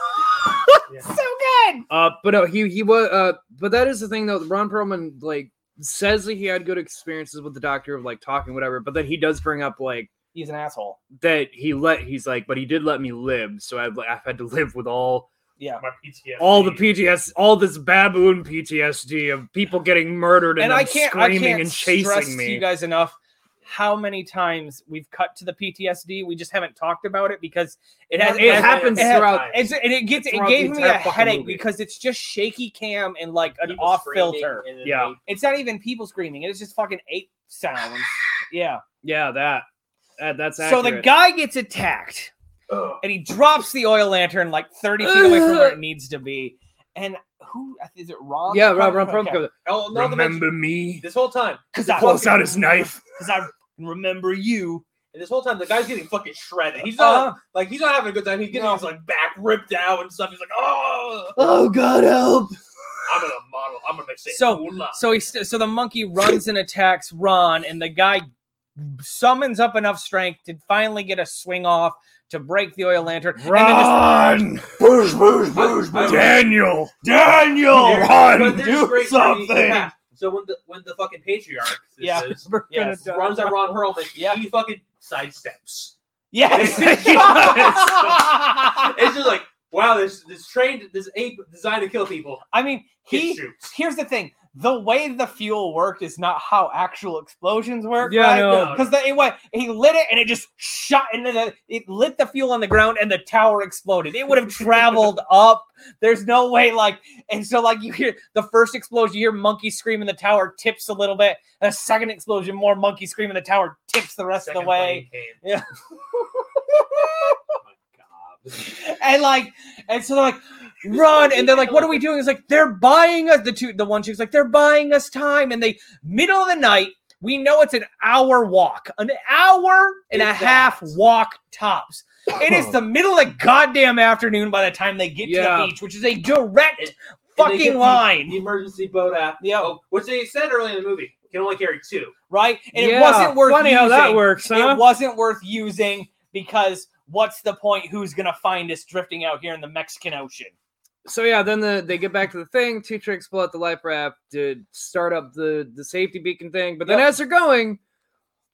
So good. Uh, but no, he he was. Uh, but that is the thing though. Ron Perlman like says that he had good experiences with the doctor of like talking whatever, but then he does bring up like He's an asshole. that he let he's like, but he did let me live, so I've I've had to live with all Yeah. My PTSD. all the PTS, all this baboon PTSD of people getting murdered and, and I them can't, I screaming can't and stress chasing to you me. guys enough how many times we've cut to the PTSD. We just haven't talked about it because it has it happens it has- throughout. It's, and it gets it throughout gave the me entire a fucking headache movie. because it's just shaky cam and like an People off screaming filter. and then Yeah. It's not even people screaming. It's just fucking ape sounds. Yeah. Yeah, that, that that's So the accurate. guy gets attacked they- Ugh. and he drops the oil lantern like 30 feet away from where it needs to be. And who is it? Ron? Yeah, Ron, Ron Perlman. Okay. goes, Oh no! the mention- me? this whole time, Because He I pulls out his knife. Because I remember you. and this whole time, the guy's getting fucking shredded. He's not Uh, like he's not having a good time. He's getting his like back ripped out and stuff. He's like, oh, Oh God, help! I'm gonna model. I'm gonna make it So- cool now." so he st- so the monkey runs and attacks Ron, and the guy summons up enough strength to finally get a swing off to break the oil lantern. and then just- Run! Boosh, boosh, boosh, boosh. Daniel! Daniel! But Run! there's a Do great training something! impact. So when the when the fucking patriarch this Yeah. is, Yes. runs at Ron Perlman, Yeah. he fucking sidesteps. Yes. It's just like wow, this this trained this ape designed to kill people. I mean, He, he. shoots. Here's the thing: the way the fuel worked is not how actual explosions work. Yeah, I know. Because it went, he lit it and it just shot, and then the- it lit the fuel on the ground, and the tower exploded. It would have traveled up. There's no way, like, and so like you hear the first explosion, you hear monkey scream, and the tower tips a little bit. The second explosion, more monkey scream, and the tower tips the rest of Second the way. plane came. Oh and like, and so they're like, run, and they're like, what are we doing? It's like they're buying us the two, the one chick's like, they're buying us time, and they middle of the night. We know it's an hour walk, an hour and a It's that. half walk tops. It is the middle of the goddamn afternoon by the time they get to Yeah. the beach, which is a direct And- And they get fucking the- line, The emergency boat app. Yeah. Oh, which they said early in the movie can only carry two. right? And Yeah, it wasn't worth Funny using. how that works, huh? It wasn't worth using because what's the point? Who's gonna find us drifting out here in the Mexican Ocean? so yeah, then the, they get back to the thing. Two tricks pull out the life raft to start up the the safety beacon thing. But then as they're going,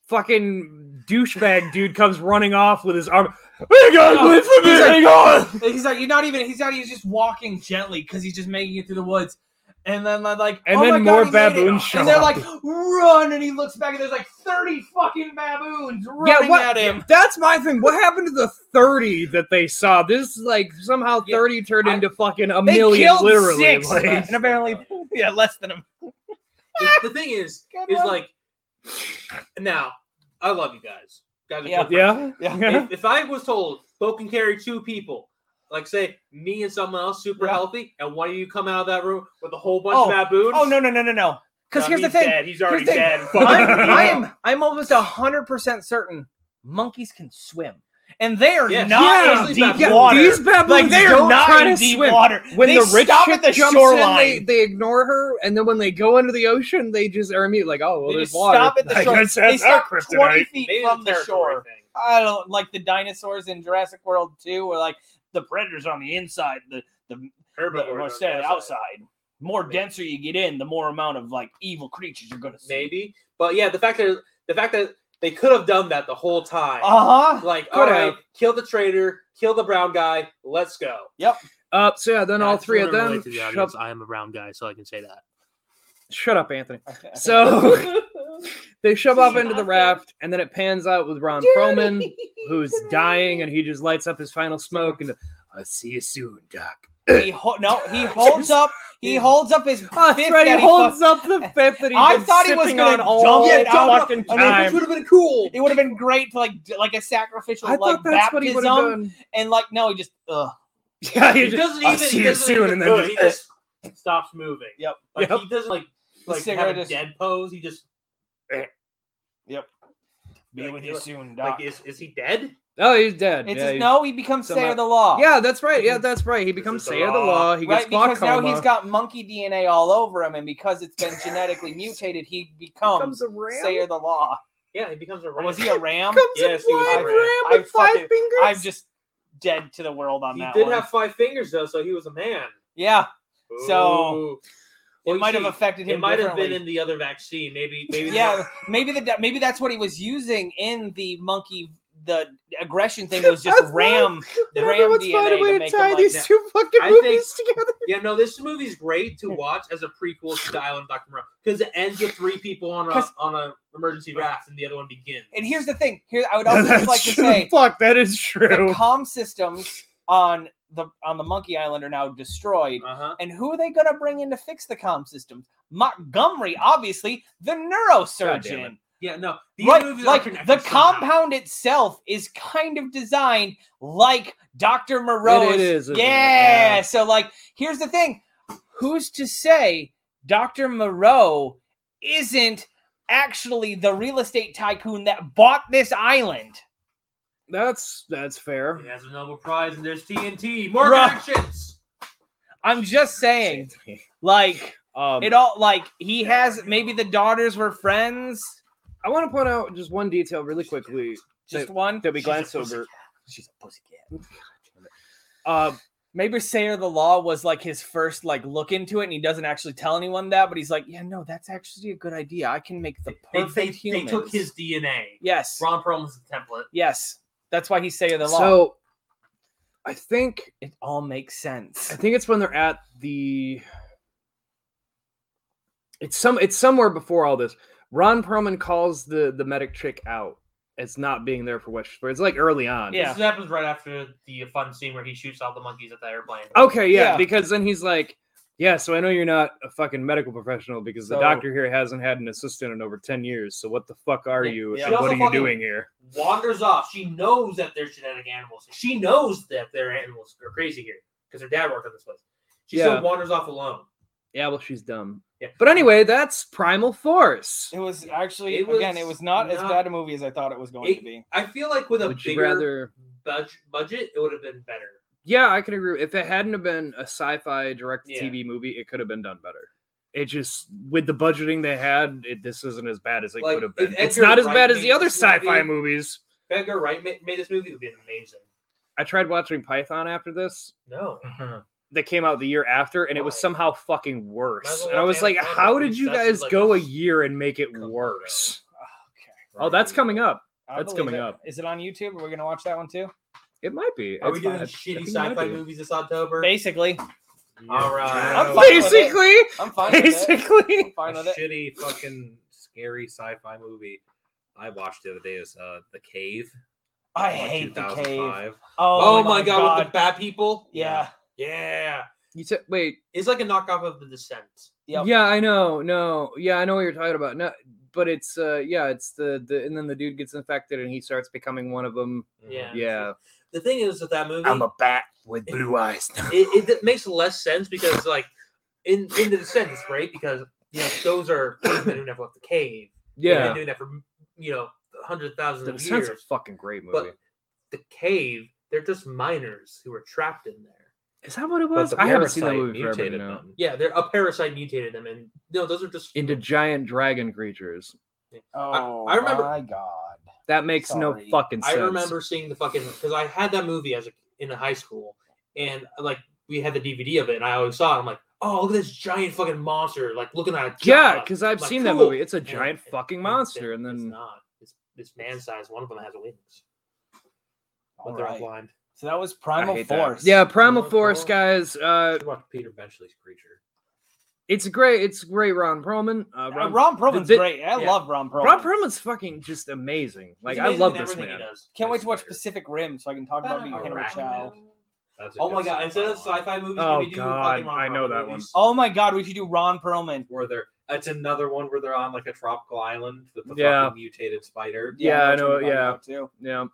fucking douchebag dude comes running off with his arm. Oh, Hey guys, wait for me! he's like- Hang on. He's like, you're not even. He's not. He's just walking gently because he's just making it through the woods. And then they're like, And oh then my more God, he made it. baboons show And they're up. like, run! And he looks back, and there's like thirty fucking baboons running what- at him. That's my thing. What happened to the thirty that they saw? This is like somehow Yeah, thirty turned I- into fucking a They million, killed literally. six, like- and apparently, yeah, less than him. The, the thing is, is like now I love you guys. You guys are Yeah. good yeah, Yeah. if, if I was told boat can carry two people, like say me and someone else super Yeah. healthy, and one of you come out of that room with a whole bunch Oh, of baboons. Oh no no no no no! Because no, here's the he's thing. dead. he's already the thing. dead. I'm, I am. I'm almost hundred percent certain monkeys can swim, and they are Yes. not Yeah, in these deep baboons- water. These baboons like they are don't not try to in deep swim. water. when they the rich stop chick at the jumps in, shoreline. they, they ignore her, and then when they go into the ocean, they just are immediately like, "Oh, well, They there's just water." stop at the I shore. guess They that's stop our kryptonite. twenty feet Maybe from the it's a shore. territory thing. I don't like the dinosaurs in Jurassic World 2 were like the predators on the inside, the the Herbivores on or the say, outside. outside. More denser you get in, the more amount of like evil creatures you're gonna see. Maybe, but yeah, the fact that the fact that they could have done that the whole time, Uh huh. like all Could right, have. kill the traitor, kill the brown guy, let's go. Uh, so yeah, then all three of them. shove- I am a brown guy, so I can say that. shut up, Anthony. So they shove off into the raft, and then it pans out with Ron Perlman, who's dying, and he just lights up his final smoke and I'll see you soon, Doc. He ho- no, he holds up. He holds up his. Ah, Oh, that's fifth right. that He he fuck- holds up the fifth that he I thought he was gonna on all dump it out. fucking I mean, time. which would have been cool. It would have been great to like d- like a sacrificial I like thought that's what he would have baptism done. and like no, he just ugh. Yeah, He doesn't I'll even. see he you doesn't soon, even and then do it. just- he just stops moving. Yep. Like Yep. he doesn't like The like cigarette have a is- dead pose. He just Be Like, with you like- soon, doc. like is is he dead? Oh, he's dead. it's yeah, just, he- no, he becomes sayer somehow- of the law. Yeah, that's right. Yeah, that's right. He becomes is the sayer of the law. law. He gets right, because glaucoma. now he's got monkey DNA all over him, and because it's been genetically mutated, he becomes becomes a ram. sayer of the law. Yeah, Oh, he becomes a Or rat. was he a ram? Becomes Yes, a he was blind a ram ram. I with five fucking- fingers. I'm just dead to the world on He that did one. have five fingers though, so he was a man. yeah, So, Ooh. it Well, you might have see, affected him. It might have been differently. in the other vaccine. Maybe maybe yeah, maybe the maybe that's what he was using in the monkey the aggression thing was just That's ram And ram everyone's found a DNA way to to make tie him like these that. two fucking I think- movies together. Yeah, no, this movie's great to watch as a prequel to the Island of Dr. Moreau because it ends with three people on a, 'Cause- on a emergency raft and the other one begins. And here's the thing. Here I would also just like to true. say Fuck, that is the true. comm systems on the on the monkey island are now destroyed. uh huh. And who are they gonna bring in to fix the comm systems? Montgomery, obviously, the neurosurgeon. Yeah, no, these Right, movies are like connected the somehow. compound itself is kind of designed like Dr. Moreau's. It- it is, isn't it? yeah. Yeah. So like here's the thing. Who's to say Dr. Moreau isn't actually the real estate tycoon that bought this island? That's that's fair. It has a Nobel Prize and there's TNT. More Right. connections. I'm just saying, like Um, it all like he has maybe the daughters were friends. I want to point out just one detail really quickly Just That- one. that we glance over. She's a pussycat. Uh, Maybe Sayer the Law was like his first like look into it, and he doesn't actually tell anyone that, but he's like, yeah, no, that's actually a good idea. I can make the They, perfect they, they human. took his DNA. yes, Ron Perlman's the template. yes, that's why he's Sayer the Law. so I think it all makes I sense. think it's when they're at the. It's some. It's somewhere before all this. Ron Perlman calls the the medic chick out as not being there for what she. It's like early on. Yeah. This happens right after the fun scene where he shoots all the monkeys at the airplane. Oh. Okay, yeah, Yeah. because then he's like, yeah, so I know you're not a fucking medical professional because the So- doctor here hasn't had an assistant in over 10 years. So what the fuck are Yeah, you yeah. and She what also are you fucking- doing here? wanders off. She knows that they're genetic animals. She knows that they're animals. They're crazy here because her dad worked on this place. She Yeah. still wanders off alone. Yeah, well, she's dumb. Yeah. But anyway, that's Primal Force. It was actually It again, it was was not, as not- bad a movie as I thought it was going It- to be. I feel like with a Would you bigger rather? budg- budget, it would have been better. Yeah, I could agree. If it hadn't have been a sci-fi direct Yeah. TV movie, it could have been done better. It just with the budgeting they had, it, this isn't as bad as it Like, could have if been. It's Edgar not as Wright bad as made the other this movie- sci-fi movies. If Edgar Wright ma- made this movie, it would be amazing. I tried watching Python after this, No. that came out the year after, and it was Why? somehow fucking Might as worse. well And I watch was like, Anaconda, how dude. did you That's guys like go a a year and make it couple of worse? Okay. Oh, that's coming up. I That's believe coming it. up. Is it on YouTube? Are we gonna watch that one too? It might be. Are we It's doing fine. I shitty think it might sci-fi be. movies this October? Basically, All right. I'm fine with it. Basically, I'm fine. with it. I'm basically. fine a with Oh, it. shitty fucking scary sci-fi movie I watched the other day is uh The Cave. I like hate the cave. 2005. Oh, my god. with the bad people? Yeah. Yeah. You said wait. It's like a knockoff of The Descent. Yep. Yeah, I know. No, yeah, I know what you're talking about. No, but it's uh, yeah, it's the the and then the dude gets infected and he starts becoming one of them. Yeah. Yeah, The thing is with that movie, bat with blue eyes. it, it makes less sense because like in in the descent it's great because you know those are men who never left the cave. They've yeah. been doing that for you know hundred thousands The of Descent's years. a fucking great movie. But the cave, they're just miners who are trapped in there. Is that what it But was? the I haven't seen that parasite movie forever. mutated no. them. Yeah, they're a parasite mutated them, and no, those are just Into giant dragon creatures. Oh, I remember- my god. That makes no Sorry. fucking I sense. remember seeing the fucking because I had that movie as a, in high school, and like we had the DVD of it, and I always saw it. I'm like, oh, look at this giant fucking monster, like looking at a Yeah, Jabba." because I've Like, seen that cool. movie. It's a And- giant and- fucking and monster, and it's then not. It's this man sized one of them has wings, but All they're all right. blind. So that was Primal hate that. Force. yeah, Primal Force, Force. guys. Uh, I watched Peter Benchley's Creature. it's great. It's great. Ron Perlman. Uh, Uh, Ron, Ron Perlman's the- great. I yeah. love Ron Perlman. Ron Perlman's fucking just amazing. Like He's I amazing love in this everything he man. does. Can't wait to watch Spider. Pacific Rim so I can talk about being Alright. a child. That's a Oh good my god! Instead of sci-fi movies, Oh, we do God, fucking Ron I know Perlman that movies. Oh my god, we should do Ron Perlman. where they're it's another one where they're on like a tropical island with the Yeah. fucking mutated spider. Yeah, I that's what know, I'm talking yeah. about, too. Yeah.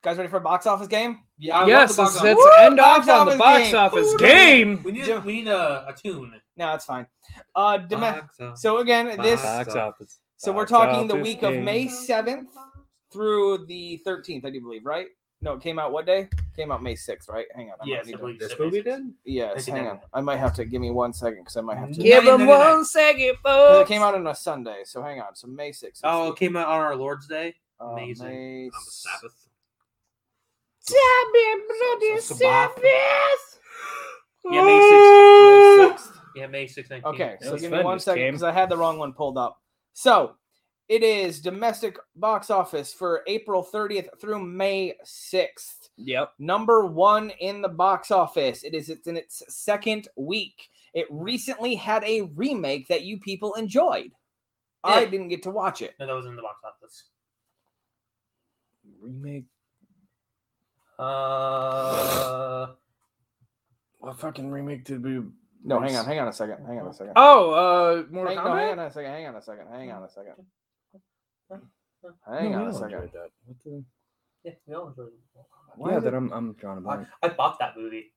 Guys, ready for a box office game? Uh, Yeah, I yes, love that's, the box that's office. end off Box on the office box game. office game. We need, we need a, a tune. No, it's fine. Uh, dom- Box office. so again, this. Box office. So we're box talking the office week of game. May seventh through the thirteenth, I do believe, right? No, it came out what day? Came out May sixth, right? Hang on. I might Yes, I need to- believe This so. movie did? Yes, Take it hang down. on. I might have to give me one second because I might have to. Yeah. Yeah. Give him one second, It came out on a Sunday, so hang on. So May 6th. it's Oh, the- it came out on our Lord's Day. uh, amazing. May On the Sabbath. Yeah, May 6th. May 6th. Yeah, May 6th. 19th. Okay, so was give me fun, one this second game. because I had the wrong one pulled up. So it is domestic box office for April 30th through May 6th. Yep. Number one in the box office. It is it's in its second week. It recently had a remake that you people enjoyed. I Yeah. didn't get to watch it. No, that was in the box office. Remake. Uh, What fucking remake did we? No, hang on, hang on a second. Hang on a second. Oh, uh, Mortal Hang, no, Kombat. hang on a second. Hang on a second. Hang on a second. Hang No, we on a all second. enjoyed that. What the- yeah, we all enjoyed it. Why Yeah, is that it- I'm I'm drawing a I, blank. I bought that movie.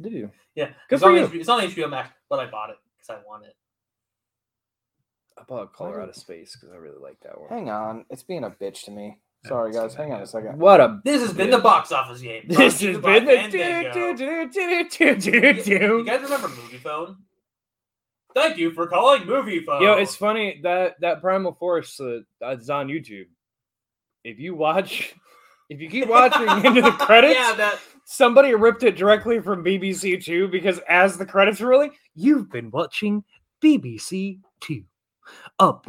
Did you? Yeah, Good it's, for on you. HBO, it's on HBO Max, but I bought it because I want it. I bought Colorado Space because I really like that one. Hang on. It's being a bitch to me. Sorry, guys. Hang on a second. What a This has been the box office game. this Brought has to you by been the Fandango. do, do, do, do, do, do, You do. guys remember Movie Phone? Thank you for calling Movie Phone. Oh. Yo, it's funny that that Primal Force uh, is on YouTube. If you watch, if you keep watching into the credits, yeah, that somebody ripped it directly from BBC Two because as the credits were rolling, You've been watching BBC Two. Up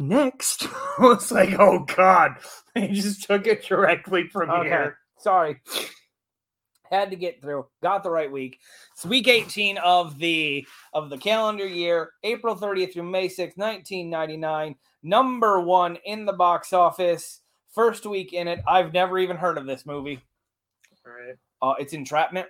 next. it's like, oh god, they just took it directly from Okay. here. Sorry. Had to get through. Got the right week. It's week 18 of the of the calendar year, April 30th through May 6th, 1999. Number 1 in the box office. First week in it. I've never even heard of this movie. Uh, it's Entrapment.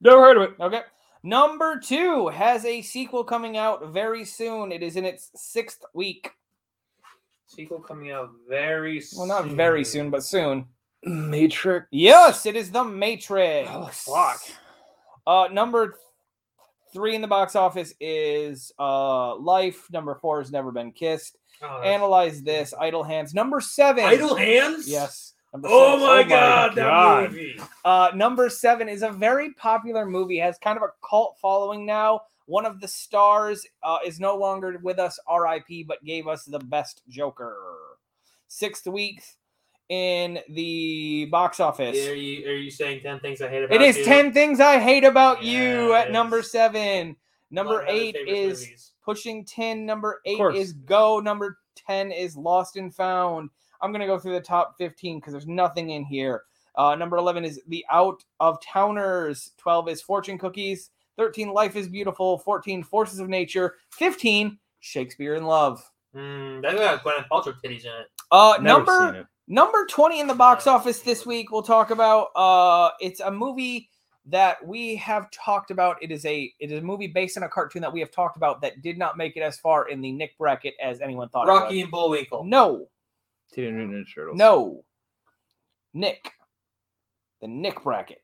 Never heard of it. Okay. Number 2 has a sequel coming out very soon. It is in its 6th week. sequel coming out very soon. Well, not very soon, but soon. Matrix. Yes, it is the Matrix. Oh, fuck. Uh, number th- three in the box office is uh, Life. Number four has Never Been Kissed. Oh, that's- Analyze this. Idle Hands. Number seven. Idle Hands? Yes. Number Oh six. my, god, God. that movie. Uh, number seven is a very popular movie. Has kind of a cult following now. One of the stars uh, is no longer with us, R.I.P., but gave us the best Joker. Sixth week in the box office. Are you, are you saying 10 things I hate about It is you? 10 things I hate about you at number Yes. 7. Number One of my 8 favorite is movies. Pushing 10. Number 8 course. is Go. Number 10 is Lost and Found. I'm going to go through the top 15 because there's nothing in here. Uh, number 11 is The Out of Towners. 12 is Fortune Cookies. 13, Life is Beautiful. 14, Forces of Nature. 15, Shakespeare in Love. Mm, that got Gwyneth Paltrow titties in it. Uh, Never number seen it. Number 20 in the box Uh, office this week, we'll talk about uh it's a movie that we have talked about. It is a it is a movie based on a cartoon that we have talked about that did not make it as far in the Nick bracket as anyone thought. it Rocky would. and Bullwinkle. No, Teenage Mutant Ninja Turtles. no. Nick. The Nick bracket.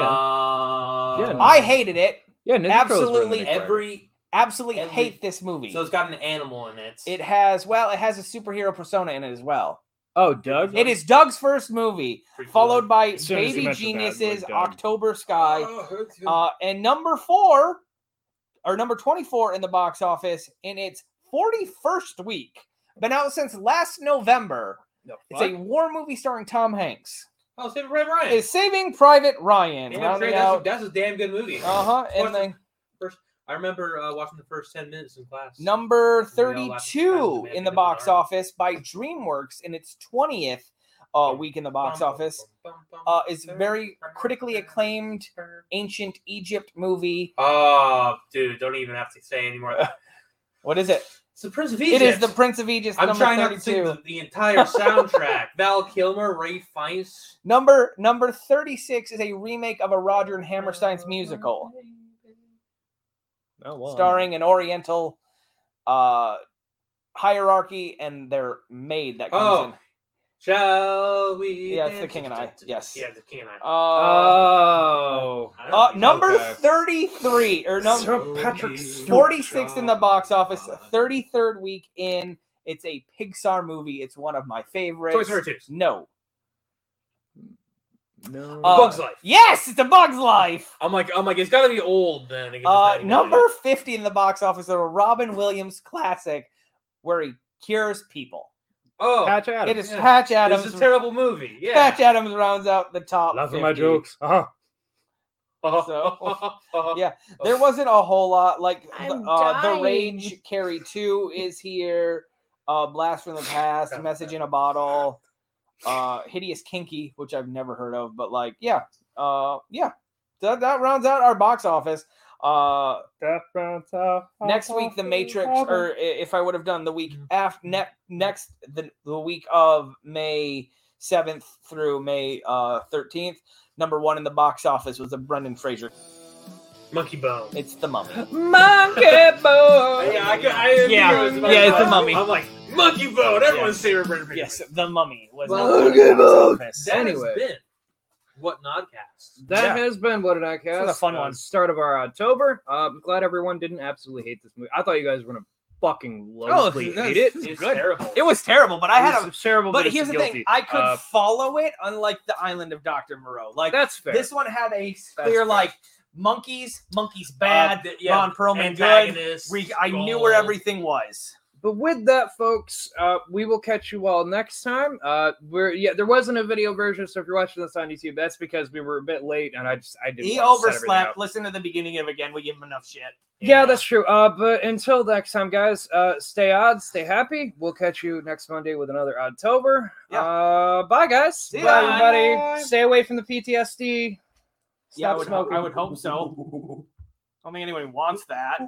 Uh, Yeah, no. I hated it. Yeah, Ninja Turtles were in the Absolutely Nick Bracket. Every Absolutely Every- hate this movie. so it's got an animal in it. it has well, it has a superhero persona in it as well. Oh, Doug. It is Doug's first movie, followed by As soon as he Baby mentioned that, it was Geniuses, done. October Sky, Oh, Uh, and number four, or number 24 in the box office in its 41st week, been out since last November. It's a war movie starring Tom Hanks. oh, Saving Private Ryan. Is Saving Private Ryan. Damn, rounding Trey, that's, a, out. that's a damn good movie. Uh huh. And What's then I remember uh, watching the first 10 minutes in class. We all number laughed at the times that 32 we had to in the do box our- office by DreamWorks in its 20th uh, week in the box Bum, office. bum, bum, bum, Uh, is bum, very bum, critically bum, acclaimed bum. ancient Egypt movie. Oh, dude, don't even have to say anymore. What is it? It's the Prince of It Egypt. is the Prince of Aegis. I'm number trying not 32. to sing the, the entire soundtrack. Val Kilmer, Ray Fiennes. Number number 36 is a remake of a Roger and Hammerstein's musical, Oh, well, starring an Oriental uh, hierarchy and their maid that comes Oh. in. Shall we? Yeah, it's the dance? King and I. Yes. Yeah, the King and I. Uh, Oh. I don't uh, think- number okay. 33 or number Sir Patrick Stewart. 46 in the box office, 33rd week in. It's a Pixar movie. It's one of my favorites. Toy Story 2. No. No. Uh, Bug's Life. Yes, it's a Bug's Life. I'm like, I'm like, it's gotta be old then. to get this Uh, category. number 50 in the box office, a Robin Williams classic where he cures people. Oh, Patch Adams. It is yeah. Patch Adams. it's a terrible movie. Yeah. Patch Adams rounds out the top. Laugh at my 50. jokes. Uh-huh. So- There wasn't a whole lot. Like the- uh, the Rage Carry Two is here. Uh, Blast from the Past, Message in a Bottle, uh, Hideous Kinky, which I've never heard of, but like, yeah, uh, yeah. That, that rounds out our box office. Uh, next week the matrix or i- if i would have done the week after ne- next the, the week of may 7th through may uh, 13th number one in the box office was a brendan fraser Monkey Bone. it's the mummy Monkey boy. Oh, Yeah, I, could- I knew Yeah. it was about Yeah, it's that. a mummy. I'm like monkey bone. Everyone's favorite Brendan Fraser. yes the mummy was Monkey number Bone. one in the box office. That has Anyway. been what Nodcast. That Yeah. has been what did I cast? was a fun uh, one. Start of our October. Uh, I'm glad everyone didn't absolutely hate this movie. I thought you guys were gonna fucking Oh, loathe no, hate it. it's It's good. terrible. it was terrible but i had a It's terrible. but it's here's the thing guilty. i could Uh, follow it unlike the island of dr moreau like that's fair. this one had a That's clear fair. like monkeys monkeys bad Uh, th- ron perlman good antagonist, Re- i knew gold. where everything was but with that, folks, uh, we will catch you all next time. Uh, we're yeah, there wasn't a video version, so if you're watching this on YouTube, that's because we were a bit late, and I just I didn't. He wanna set everything up. overslept. Listen to the beginning of again. We give him enough shit. Yeah, that's true. Uh, but until next time, guys, uh, stay odd, stay happy. We'll catch you next Monday with another Oddtober. Yeah. Uh, bye, guys. See bye, ya. everybody. Stay away from the PTSD. yeah. I Stop would, hope, smoking. I would hope so. I don't think anyone wants that.